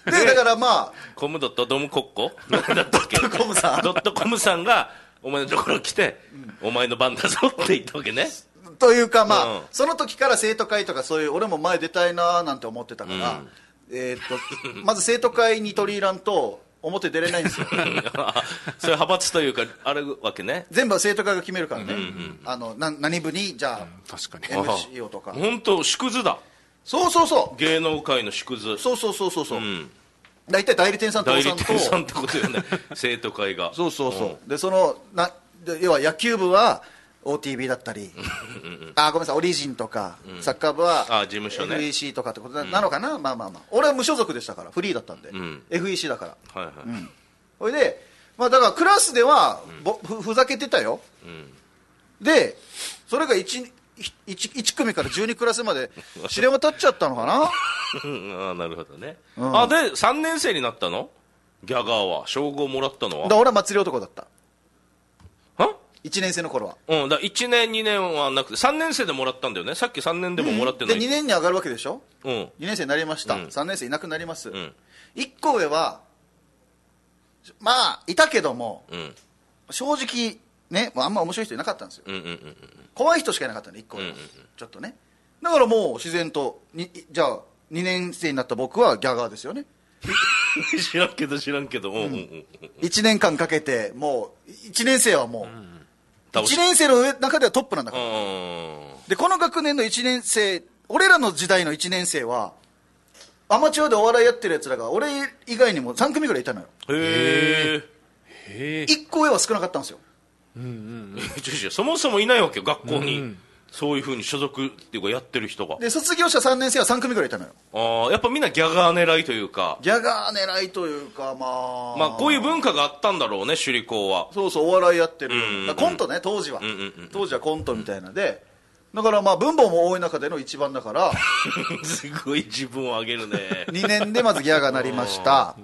A: で、だからまあ、
B: コムドットドムコッコドッ
A: コムさん
B: ドットコムさんが、お前のところ来て、お前の番だぞって言ったわ けね。
A: というかまあ、
B: うん
A: その時から生徒会とかそういう、俺も前出たいなーなんて思ってたから、えーっと、 まず生徒会に取り入らんと、表出れないん ですよ。
B: そういう派閥というか、あるわけね。
A: 全部は生徒会が決めるからね。あの、な何部に、じゃあ、
C: 確かに
A: MC をとか。
B: 本当縮図だ。
A: そうそうそ
B: 芸能界の縮図
A: う。。そうそうそうそうそう。
B: ん
A: 大体代理店さんと
B: 代
A: お
B: 理
A: さん
B: 店さんっ
A: と。
B: てことよね。 生徒会が。
A: そうそうそう。で、その、な、で要は野球部は、OTB だったり、あ、ごめんなさい、オリジンとか、サッカー部は、
B: あ事務所ね
A: FEC とかってことななのかな、まあまあまあ。俺は無所属でしたから、フリーだったんで。
B: ん
A: FEC だから。
B: はいはい。
A: ほいで、まあだからクラスでは、ぼふふざけてたよ。で、それが 1, 一一組から12クラスま で知れ渡っちゃったのかな
B: あなるほどね。あ、で、3年生になったのギャガーは。称号もらったの
A: だから
B: は。
A: 俺は祭り男だった。
B: は
A: 1年生の頃は。
B: うん、だ1年、2年はなくて、3年生でもらったんだよね、さっき3年でももらって
A: で、
B: ない、
A: 2年に上がるわけでしょ
B: うん、
A: 2年生になりました、
B: うん
A: 3年生いなくなります、
B: ん
A: 一1個上はまあいたけども
B: うん、
A: 正直ねもうあんま面白い人いなかったんですよ、
B: うん、うん、 うん、
A: 怖い人しかいなかったんで1個上は、ちょっとねだからもう自然とにじゃあ2年生になった僕はギャガーですよね
B: うん知らんけど、知らんけど、うん、うん、うん、
A: 1年間かけてもう1年生はもう、
B: 倒し
A: 1年生の上中ではトップなんだ
B: う
A: から、
B: ん、
A: でこの学年の1年生俺らの時代の1年生はアマチュアでお笑いやってるやつらが俺以外にも3組ぐらいいたのよ
B: へ
C: へえ
A: 1個上は少なかったんですよ
B: え、ちょちょそもそもいないわけよ、学校に、そういうふうに所属っていうか、やってる人が、
A: で卒業した3年生は3組ぐらいいたのよ
B: あーやっぱみんなギャガー狙いというか、
A: ギャガー狙いというかまあ
B: まあ、こういう文化があったんだろうね、首里校は。
A: そうそうお笑いやってる、
B: うん
A: だからコントね当時は、
B: んうんうん
A: 当時はコントみたいなでだからまあ文房も多い中での一番だから。
B: すごい自分を上げるね
A: 2年でまずギャガーなりました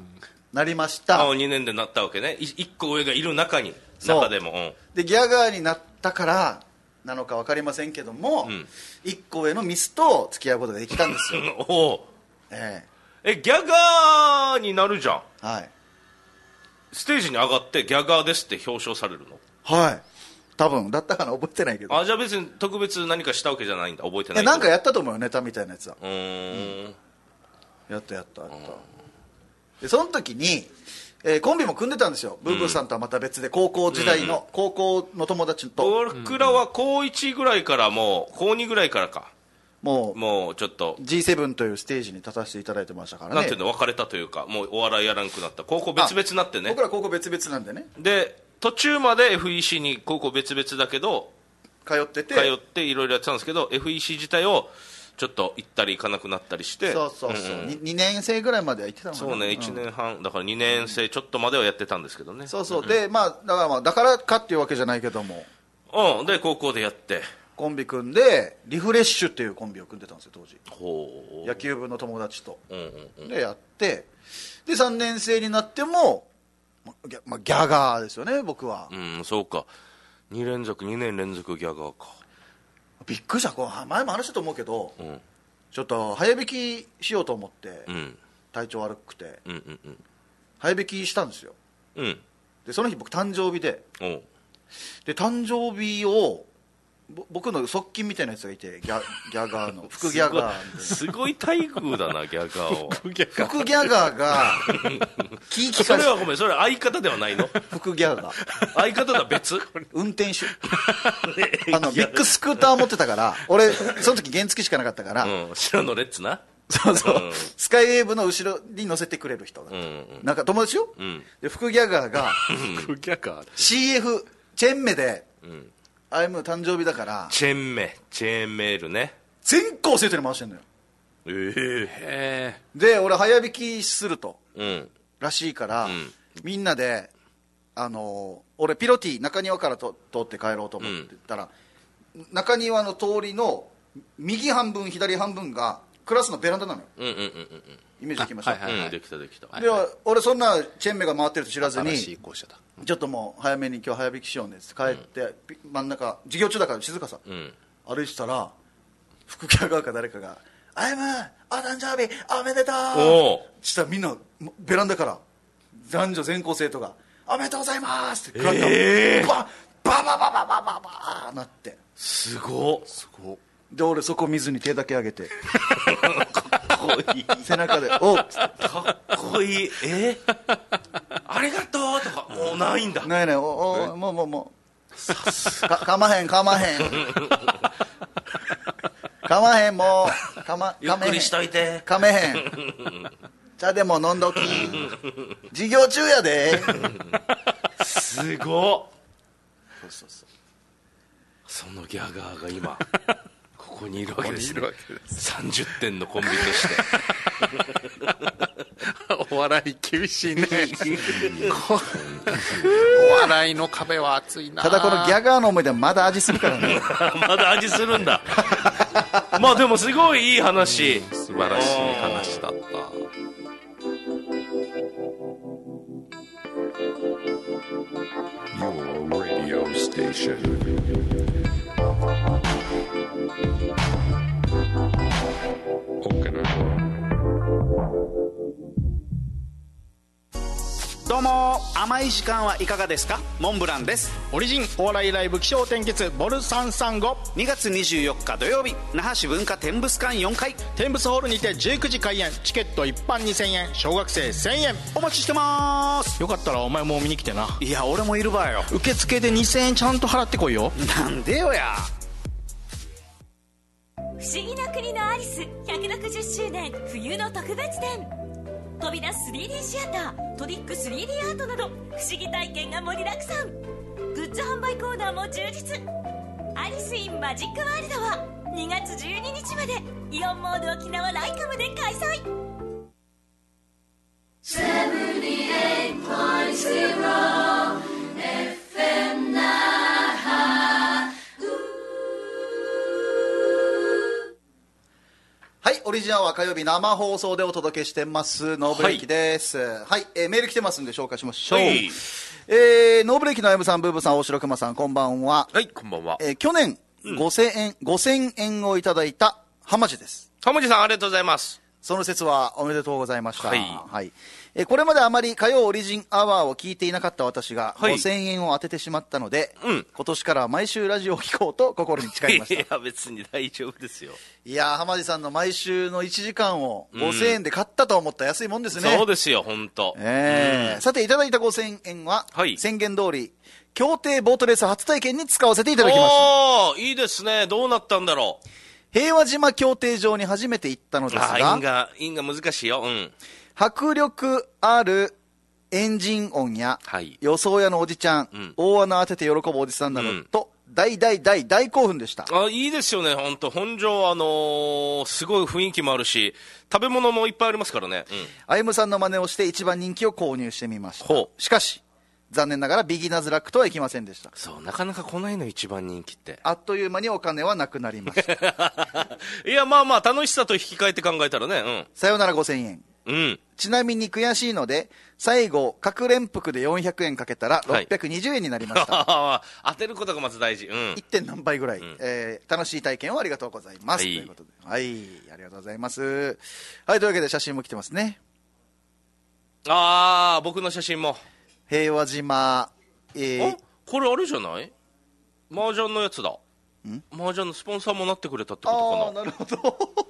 A: なりまし
B: あ
A: た
B: 2年でなったわけね、1個上がいる中に、
A: そう
B: 中でも、うん、
A: でギャガーになったからなのか分かりませんけども、
B: ん
A: 一1個上のミスと付き合うことができた んですよ、
B: おう
A: え
B: え、ギャガーになるじゃん。
A: えはい
B: ステージに上がってギャガーですって表彰されるの
A: はい多分だったかな覚えてないけど
B: あじゃあ別に特別何かしたわけじゃないんだ覚えて
A: い
B: な
A: や
B: い
A: なんか
B: や
A: やったと思うよネタみたいなやつは
B: うーん
A: やったやったやった、でその時に、えーコンビも組んでたんですよブーブーさんとはまた別で高校時代の、高校の友達と、
B: 僕らは高1ぐらいからもう高2ぐらいからか
A: もう
B: もうちょっと、
A: G7 というステージに立たせていただいてましたからね
B: なんていうの別れたというかもうお笑いやらんくなった高校別々になってね
A: 僕ら高校別々なんでね
B: で途中まで FEC に高校別々だけど
A: 通ってて
B: 通っていろいろやってたんですけど FEC 自体をちょっと行ったり行かなくなったりして
A: そうそうそう、に2年生ぐらいまでは行ってたもん
B: そうね1年半だから2年生ちょっとまではやってたんですけどね
A: そうそう、でまあだからまあだからかっていうわけじゃないけども
B: うんで高校でやって
A: コンビ組んでリフレッシュっていうコンビを組んでたんですよ当時
B: ほ
A: 野球部の友達と
B: う、うんうんうん、
A: でやってで3年生になってもまギャ,、まあ、ギャガーですよね僕は、
B: うん、そうか。2連続、2年連続ギャガーか。
A: びっくりしたこう前も話したと思うけど、
B: ん
A: ちょっと早引きしようと思って、
B: うん
A: 体調悪くて
B: うんうんうん
A: 早引きしたんですよ
B: うん
A: でその日僕誕生日で
B: おう
A: で誕生日をぼ僕の側近みたいなやつがいてギャギャガー の副ギャガーみたいな
B: すごい待遇だなギャガーを
A: 副ギャガー が気ぃ利
B: そ
A: か
B: れ
A: せ
B: はごめんそれは相方ではないの
A: 副ギャガー
B: 相方とは別
A: 運転手 あのビッグスクーター持ってたから俺その時原付しかなかったから、
B: うん白のレッツな
A: そうそう、
B: ん
A: スカイウェーブの後ろに乗せてくれる人だった、
B: うんうん
A: なんか友達よ、
B: うん
A: で副ギャガーが
C: クギャガー
A: CF チェンメで
B: うん
A: 「アイム誕生日だから
B: チェンメチェーンメールね
A: 全校生徒に回してんのよ
B: ええ
C: え
A: で俺早引きすると
B: うん
A: らしいから、
B: ん
A: みんなで、あのー俺ピロティ中庭からと通って帰ろうと思って言ったら、中庭の通りの右半分左半分がクラスのベランダなのよ
B: うんうんうん
A: イメージできました、
C: あはいはい
B: うんうんできたできた
A: では俺そんなチェンメが回ってると知ら
C: ー
A: ず
C: 新し
A: に
C: い校舎だ
A: ちょっともう早めに今日早引きしようねって帰って、ピ真ん中授業中だから静かさ、
B: うん
A: 歩いてたら副キャガーか誰かが「あやむお誕生日おめでとう!」
B: おう
A: したらみんなもベランダから男女全校生徒が「おめでとうございます!」ってクラッカ
B: ええ
A: ーババババババババーなって
B: すごっ
A: で俺そこ見ずに手だけ上げて
B: かっこいい
A: 背中で「おっ!」
B: かっこいいえありがとうとかもうないんだ
A: ないないおおもうもうもうかかまへんかまへんかまへんもうかま
B: ゆっ
A: かめへ
B: く
A: ん
B: りしといて
A: かめへ ん茶でも飲んどき授業中やです
B: ごっ
A: そうそうそう
B: そのギャガーが 今ここにいるわ
C: こ
B: け
C: こ
B: で
C: にい
B: す
C: る
B: ね
C: わけです
B: 30点のコンビとして
C: お笑い厳しいね こお笑いの壁は厚いな
A: ただこのギャガーの思い出はまだ味するからね
B: まだ味するんだまあでもすごいいい話、
C: 素晴らしい話だった
D: どうも甘い時間はいかがですかモンブランです
E: オリジンお笑いライブ気象転結ボル335
D: 2月24日土曜日那覇市文化天物館4階
E: 天物ホールにて19時開演チケット一般2000円小学生1000円
D: お待ちしてます
E: よかったらお前も見に来てない
D: や俺もいるばよ
E: 受付で2000円ちゃんと払ってこいよ
D: なんでよや
F: 不思議な国のアリス160周年冬の特別展飛び出す 3D シアタートリック 3D アートなど不思議体験が盛りだくさんグッズ販売コーナーも充実アリス・イン・マジック・ワールドは2月12日までイオンモール沖縄ライカムで開催
A: はいオリジナルは火曜日生放送でお届けしてますノーブレーキですはい、えーメール来てますんで紹介しましょう、
B: はい
A: えーノーブレーキのあやむさんブーブーさん大城熊さんこんばんは、
B: はいこんばんは
A: えー去年5000円、5000円をいただいた浜地です
B: 玉地さんありがとうございます
A: その説はおめでとうございました。は
B: はいい。
A: えーこれまであまり火曜オリジンアワーを聞いていなかった私が、
B: はい
A: 5000円を当ててしまったので、
B: うん
A: 今年からは毎週ラジオを聞こうと心に誓い ました。
B: や別に大丈夫ですよ、
A: いやー、浜地さんの毎週の1時間を5000円で買ったと思ったら安いもんですね。
B: そうですよ本当
A: えーさて、いただいた5000円は、
B: はい
A: 宣言通り、協定ボートレース初体験に使わせていただきました。
B: おおいいですねどうなったんだろう
A: 平和島協定場に初めて行ったのです
B: あ
A: が
B: あ因、が因が難しいようん
A: 迫力あるエンジン音や、
B: はい
A: 予想屋のおじちゃん、
B: ん
A: 大穴当てて喜ぶおじさんなど、
B: うん
A: と大大大大興奮でした
B: あいいですよね本当本庄あのーすごい雰囲気もあるし食べ物もいっぱいありますからね、
A: 歩夢さんの真似をして一番人気を購入してみました
B: ほ
A: しかし残念ながらビギナーズラックとはいきませんでした
B: そうなかなか来ないの一番人気って
A: あっという間にお金はなくなりました
B: いやまあまあ楽しさと引き換えて考えたらね
A: さよなら5000円
B: うんうん
A: ちなみに悔しいので、最後、各連服で400円かけたら
B: はい
A: 620円になりま した。
B: 当てることがまず大事。うん。
A: 1. 点何倍ぐらい、えー楽しい体験をありがとうございます、
B: はい
A: ということではいありがとうございますはいというわけで写真も来てますね
B: ああ、僕の写真も。
A: 平和島え
B: あ
A: ー、
B: これあれじゃない麻雀のやつだ。麻雀のスポンサーもなってくれたってこと
A: あ
B: か
A: ー
B: な。
A: なるほど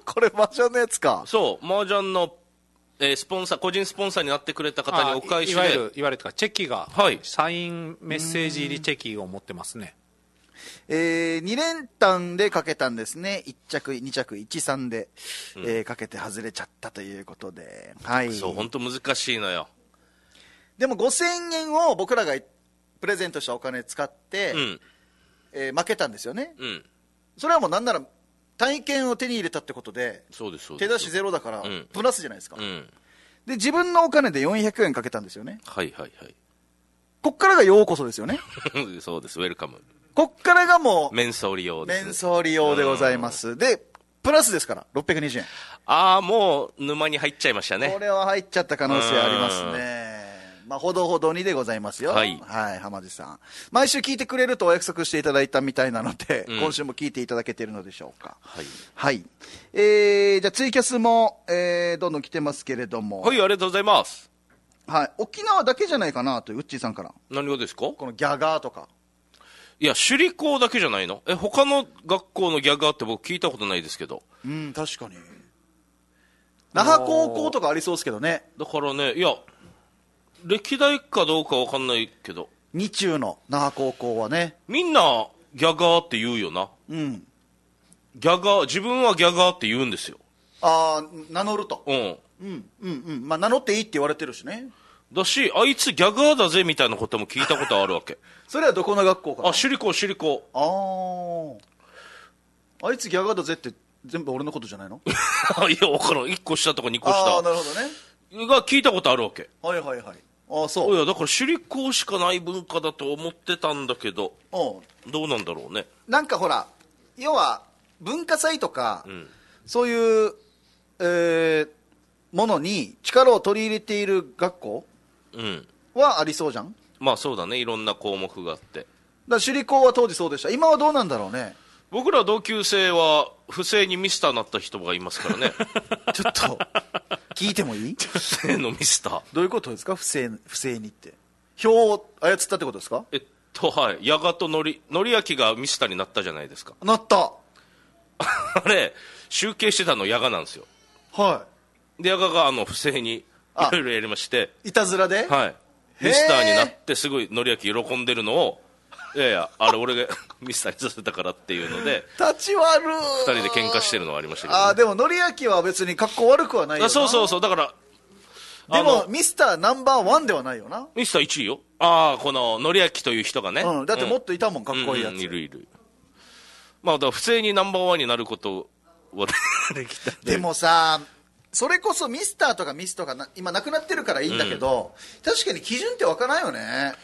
A: これマジョンのやつか
B: そう、麻雀の、えースポンサー、個人スポンサーになってくれた方にお返し
C: あいいわゆ
B: で。
C: るいわゆるとかチェキが、
B: はい
C: サインメッセージ入りチェキを持ってますね
A: えー、2連単でかけたんですね1着2着13で、えーかけて外れちゃったということではい
B: そう、本当難しいのよ。
A: でも5000円を僕らがプレゼントしたお金使って、
B: うん、
A: えー負けたんですよね
B: うん。
A: それはもうなんなら体験を手に入れたってことで
B: そうです、そうで
A: 手
B: す。
A: 出しゼロだから
B: うん、
A: プラスじゃないですか、
B: うん。
A: で、自分のお金で400円かけたんですよね。
B: はいはいはい。
A: こっからがようこそですよね。
B: そうです、ウェルカム。
A: こっからがも
B: メンソー利用
A: う、
B: です、ね。
A: 面相利用でございます。で、プラスですから、620円。
B: ああ、もう沼に入っちゃいましたね
A: こ。れは入っちゃった可能性ありますね。まあ、ほどほどにでございますよ。
B: はい
A: 浜地さん。毎週聞いてくれるとお約束していただいたみたいなので、
B: うん
A: 今週も聞いていただけているのでしょうか。
B: はい。
A: はい。えー、じゃあツイキャスも、えー、どんどん来てますけれども、
B: はい、ありがとうございます。
A: はい。沖縄だけじゃないかなという、ウッチーさんから。
B: 何がですか
A: このギャガーとか。
B: いや、首里校だけじゃないのえ、他の学校のギャガーって僕聞いたことないですけど。
A: うん、確かに。那覇高校とかありそうですけどね、
B: だからね、いや、歴代かどうかわかんないけど、
A: 日中の那覇高校はね、
B: みんなギャガーって言うよな。
A: うん、
B: ギャガー、自分はギャガーって言うんですよ。
A: あー名乗ると、
B: うん。
A: うん、うん、うん、まあ、名乗っていいって言われてるしね、
B: だし、あいつギャガーだぜみたいなことも聞いたことある わけ。
A: それはどこの学校か
B: あ、
A: な、あ
B: 首里校、首里校。
A: ーあいつギャガーだぜって、全部俺のことじゃない の
B: いや、わからん。1個下とか2個
A: ああ、
B: 下
A: なるほどね、
B: が聞いたことあるわけ。
A: はいはいはい、ああ、
B: い
A: そう、
B: や、だから首里校しかない文化だと思ってたんだけど、
A: うん、
B: どうなんだろうね。
A: なんかほら、要は文化祭とか、
B: ん
A: そういう、えーものに力を取り入れている学校
B: うん。
A: はありそうじゃん。
B: まあそうだね、いろんな項目があって。
A: だから首里校は当時そうでした今はどうなんだろうね
B: 僕ら同級生は不正にミスターになった人がいますか らね
A: ちょっ と聞いてもいい
B: 不正のミスター
A: どういうことですか不正不正にって票を操ったってことですか
B: えっとはい矢賀とのりのりあきがミスターになったじゃないですか
A: なった
B: あれ集計してたの矢賀なんですよ
A: は
B: で矢賀があの不正にい
A: あ
B: ろいろやりまして
A: いいたずらで、
B: はい
A: へー
B: ミスターになってすごいのりあき喜んでるのをいやいやあれ俺が ミスターにさせたからっていうので
A: 立ち悪ー
B: 二人で喧嘩してるのはありましたけど、
A: ああでも紀明は別に格好悪くはないよ
B: あ
A: な
B: そうそう
A: う
B: そうだから
A: で
B: あ
A: も
B: の
A: ミスターナンバーワンではないよな
B: ミスター1位よああこののりあきという人がね、
A: うんだってもっといたもんかっこいいやつ、
B: うんうんいるいるまあだから不正にナンバーワンになることはできた
A: でもさそれこそミスターとかミスとかな今なくなってるからいいんだけど、確かに基準ってわからないよね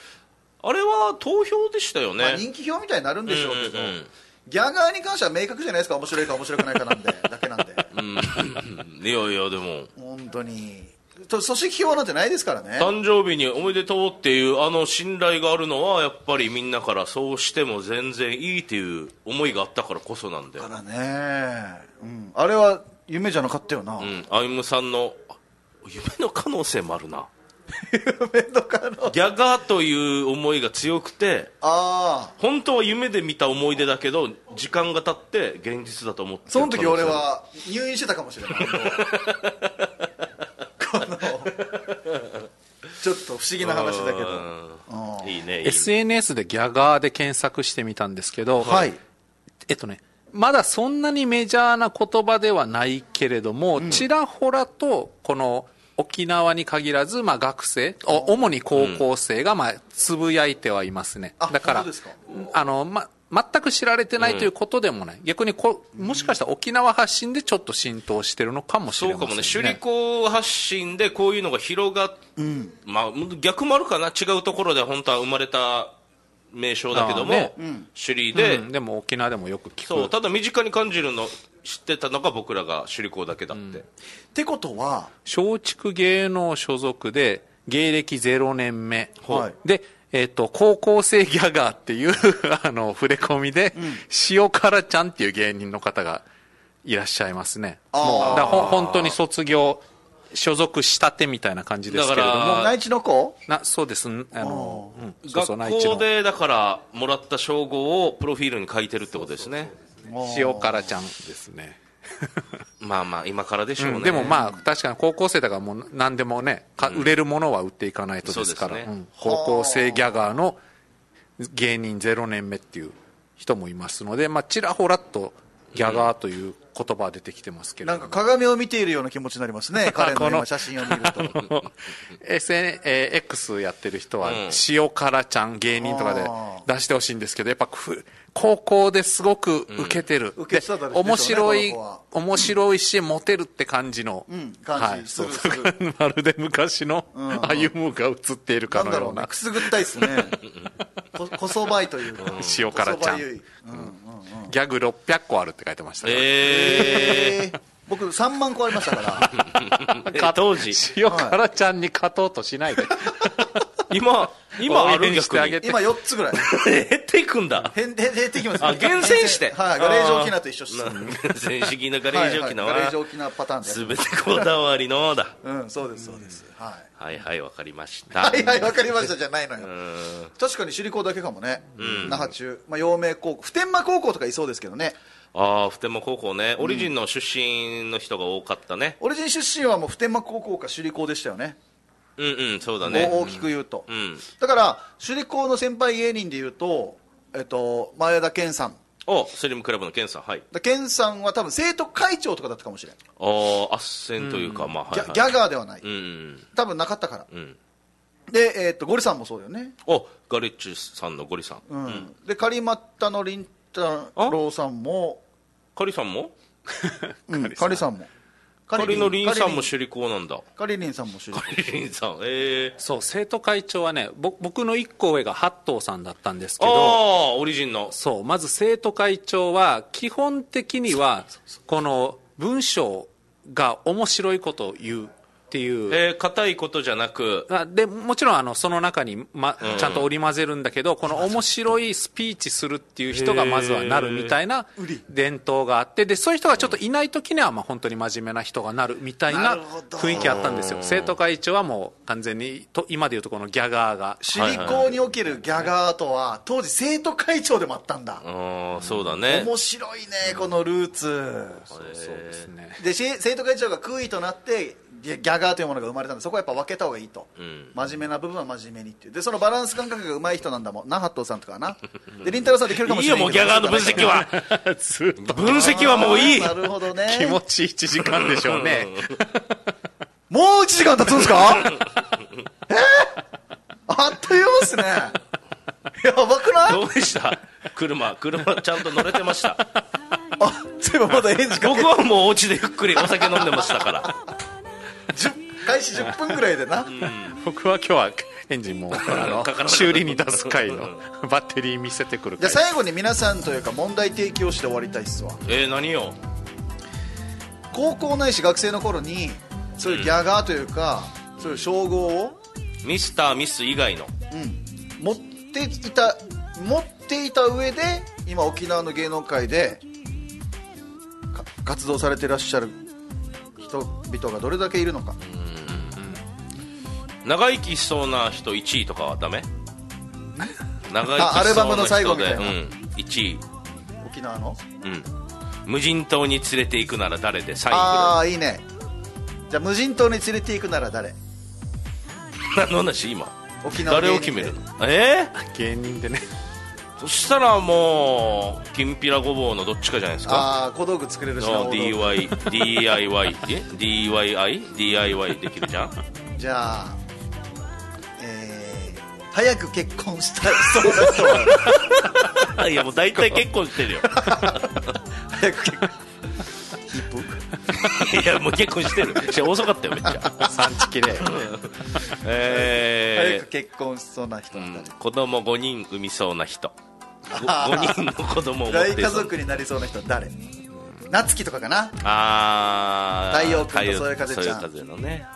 B: あれは投票でしたよね、
A: まあ、人気票みたいになるんでしょうけど、
B: うんうんうん
A: ギャガーに関しては明確じゃないですか面白いか面白くないか なんでだけなんで
B: うん いやいやでも
A: 本当にと組織票なんてないですからね
B: 誕生日におめでとうっていうあの信頼があるのはやっぱりみんなからそうしても全然いいっていう思いがあったからこそなんで、
A: だ
B: う
A: からね、うん、あれは夢じゃなかったよな、
B: ん、アイムさんのあ夢の可能性もあるな
A: 夢とかの
B: ギャガーという思いが強くて
A: ああ
B: 本当は夢で見た思い出だけど時間が経って現実だと思ってる
A: その時俺
B: 可能性も
A: は入院してたかもしれないこのちょっと不思議な話だけど
B: うんいいねいいね
C: SNS でギャガーで検索してみたんですけど、
A: はい
C: えっとねまだそんなにメジャーな言葉ではないけれども、ちらほらとこの沖縄に限らず、まあ、学生お主に高校生がまあつぶやいてはいますね、
A: あ
C: だから
A: 本当ですか
C: あの、ま、全く知られてないということでもない、逆にこもしかしたら沖縄発信でちょっと浸透してるのかもし
B: そ
C: れ
B: う
C: ませ
B: か
C: ん
B: もね
C: ね、
B: 首里校発信でこういうのが広がっ、まあ、逆もあるかな、違うところで本当は生まれた名称だけども、
C: あーね
B: 首里
C: で、
B: で、
C: うんでも沖縄でもよく聞く
B: そうただ身近に感じるの知ってたのが僕らが首里校だけだって、
A: てことは
C: 松竹芸能所属で芸歴0年目、
A: はい
C: で、えっと高校生ギャガーっていう あの触れ込みで、塩辛ちゃんっていう芸人の方がいらっしゃいますね
A: あー
C: もうだほん本当に卒業所属したてみたいな感じですけれど
B: だ
C: も
B: からあ
A: 内地の子
C: なそうですあの、うん、そうそう内地
B: 学校
C: の
B: でだからもらった称号をプロフィールに書いてるってことですね
C: 塩辛ちゃんですね
B: まあまあ今からでしょうね、
C: うんでもまあ確かに高校生だからもう何でもねか売れるものは売っていかないとですから、
B: そうですね
C: うん高校生ギャガーの芸人0年目っていう人もいますので、まあ、ちらほらっとギャガーという言葉は出てきてますけれ
A: な
C: ど
A: ん
C: も
A: か鏡を見ているような気持ちになりますね彼の
C: こ
A: 今
C: の
A: 写真を見る と
C: SN、えー X やってる人は塩辛ちゃん芸人とかで出してほしいんですけどやっぱふ高校ですごく受けてる、
A: 受けてたでしょうね
C: 面白い
A: この子は
C: 面白いしモテるって感じの、
A: ん感じする
C: そう
A: する
C: まるで昔の歩むが映っている
A: な
C: か
A: ん
C: の
A: だ
C: よ
A: ろ
C: う
A: うね
C: な
A: くすぐったいですねこ こそばいというか
C: 塩辛ちゃん
A: こそばゆい
C: ギャグ600個あるって書いてましたね、
B: え
A: えー僕3万個ありましたから
B: ーえ当時
C: 塩辛ちゃんに勝とうとしないで、
B: 今今あ
C: 応
B: る
C: 援して
B: 逆
C: あ
B: に
C: げて
A: 今4つぐらい
B: 減っていくんだ
A: 減減減っていきます
B: あ厳選して
A: はいガレージ沖縄と一緒です
B: な厳選式のガレージ沖縄
A: はいはいガレージ
B: は
A: 沖縄パターンです
B: 全てこだわりのだ
A: うんそうですそうですはい
B: はいはいわかりました
A: はいはい、わかりましたじゃないのよ。確かに首里校だけかもね。那覇中。まあ、陽明高校。普天間高校とかいそうですけどね。
B: ああ普天間高校ねオリジンの出身の人が多かったね、
A: オリジン出身はもう普天間高校か首里校でしたよね。
B: うん、うんそうだね
A: お大きく言うと。
B: うん
A: だから、首里校の先輩芸人で言うと、えっと、前田健さん。
B: おスリムクラブの健さんはい
A: だ健さんは多分生徒会長とかだったかもしれない。
B: あああっせんというか、まあはい、
A: ギ
B: は
A: ャ
B: い、
A: ギャガーではない。
B: うん
A: 多分なかったから。
B: うんうん
A: で、えっと、ゴリさんもそうだよね。
B: おガレッチュさんのゴリさん、
A: うん。で、カリマッタのりんたろうさんも、
B: カリさんも
A: うん、カリさんも。
B: カリのリンさん
A: カリリ
B: も
A: ン
B: 首里校なんだ
A: カリリンさんも首里校
B: カリリンさんええ
C: そう生徒会長はねぼ僕の1個上が八頭さんだったんですけ
B: あ
C: ど
B: あオリジンの
C: そうまず生徒会長は基本的にはこの文章が面白いことを言うっていう
B: えー、硬いことじゃなく
C: あでもちろんあのその中に、ま、ちゃんと織り交ぜるんだけど、この面白いスピーチするっていう人がまずはなるみたいな伝統があってでそういう人がちょっといない時にはまあ本当に真面目な人がなるみたい
A: な
C: な
A: るほど
C: 雰囲気あったんですよ生徒会長はもう完全にと今でいうとこのギャガーが
A: シリコーにおけるギャガーとは当時生徒会長でもあったんだ
B: ああそうだね
A: 面白いねこのルーツ
C: そうです ね
A: でし生徒会長が空位となってギャギャガーというものが生まれたんでそこはやっぱ分けた方がいいと、
B: ん
A: 真面目な部分は真面目にっていうでそのバランス感覚が上手い人なんだもん那覇とさんとかはなでりんたろうさんできるかも
B: い
A: し
B: い
A: れ
B: よ
A: ない
B: もう
A: け
B: ギ
A: ど
B: ャガーの分析は 分析はもういい
A: あーなるほどね
C: 気持ちいい1時間でしょうね
A: もう1時間経つんです かえあっという間っすねやばくない
B: どうでした車車ちゃんと乗れてました
A: あそういえばまだエンジンかけて
B: 僕はもうお家でゆっくりお酒飲んでましたから
A: 10開始10分ぐらいでな、
C: 僕は今日はエンジンもあの
B: かからなかった
C: 修理に出す回のバッテリー見せてくる
A: じゃ
C: 回
A: あ最後に皆さんというか問題提起をして終わりたいっすわ
B: えー、何よ
A: 高校ないし学生の頃にそういうギャガーというか、そういう称号を、
B: ミスターミス以外の
A: うん、持っていた持っていた上で今沖縄の芸能界でか活動されてらっしゃる人々がどれだけいるのか
B: 長生きしそうな人1位とかはダメ長生きしそうな人で
A: あアルバムの最後みたいな
B: うん、1位、
A: 沖縄の
B: うん、無人島に連れて行くなら誰でサイン
A: ああいいねじゃあ無人島に連れて行くなら誰
B: くれ何の話今
A: 沖縄
B: 誰を
A: 芸人
B: 決
A: で
B: めるのえ
C: 芸人でね
B: ー、そしたらもうきんぴらごぼうのどっちかじゃないですか
A: ああ小道具作れるしな
B: の
A: 大道具
B: DIYDIY え DIYDIY できるじゃん
A: じゃあ、えー、早く結婚したいそうな人は
B: いやもう大体結婚してるよ
A: 早く結婚
B: いやもう結婚してるし遅かったよめっちゃ
C: 産 地綺麗
B: え
A: 早く結婚しそうな人2
B: ー
A: 人、
B: 子供5人産みそう な人5人の子供を持っ
A: 大
B: てい
A: 家
B: そう
A: 族になりそうな人は誰夏希とかかな
B: あー
A: 太陽君とそよ風ちゃん
B: そよ風のね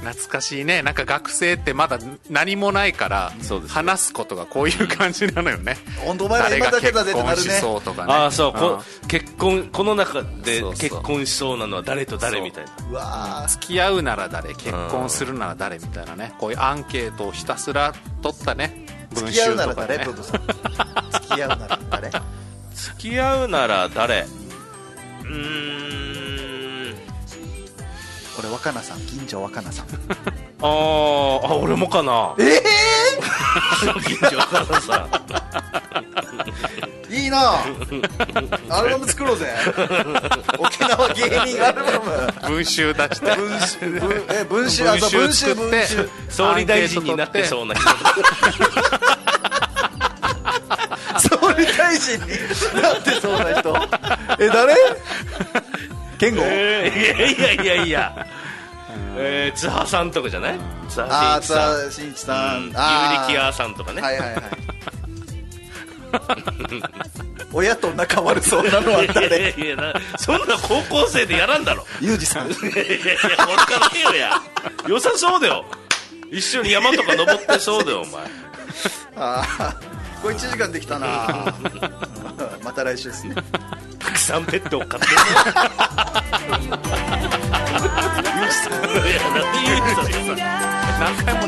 C: 懐かしいねなんか学生ってまだ何もないから
B: そうですね
C: 話すことがこういう感じなのよね
A: 本当お前ら今だけだぜってなる
C: 誰が結
A: ね
C: 婚しそうとかね
B: ああそう、こ
C: ん
B: 結婚この中で
C: そうそう
B: 結婚しそうなのは誰と誰みたいな
A: うわー
C: 付き合うなら誰結婚するなら誰みたいなねこういうアンケートをひたすら取ったね
A: 付
C: 文
A: き合う
C: 集
A: なら
C: とか
A: 誰
C: ね
A: ブドさん付き合うなら誰
B: 付き合うなら誰うーん
A: これ若菜さん銀城若 菜さん
B: あーあ俺もかな
A: え
B: 銀城からさ
A: えいいなアルバム作ろうぜ沖縄芸人アルバム
C: 文集出して
A: 文集文え文集あそう文集
C: 作って
A: 文集
B: 総理大臣になって
C: う
B: そうな人
A: 総理大臣になってそうな人え誰健吾、
B: えーいやいやいやい やえー、津波さんとかじゃない津
A: あ
B: 波
A: あ
B: 慎一さん
A: 津田真一さん、
B: うん、ユ
A: あ
B: ーリキアーさんとかね、
A: はいはいはい 親と仲悪そうなのはい
B: やい
A: 誰
B: やいやなそんな高校生でやらんだろ
A: ユージさん
B: いやいやいや俺からねえよや良さそうだよ一緒に山とか登ってそうだよお前
A: ああこれ1時間できたな また来週ですね
B: たくさんペットを飼って
A: ユージさん
B: るいやなんて言うんだよ
C: 何回も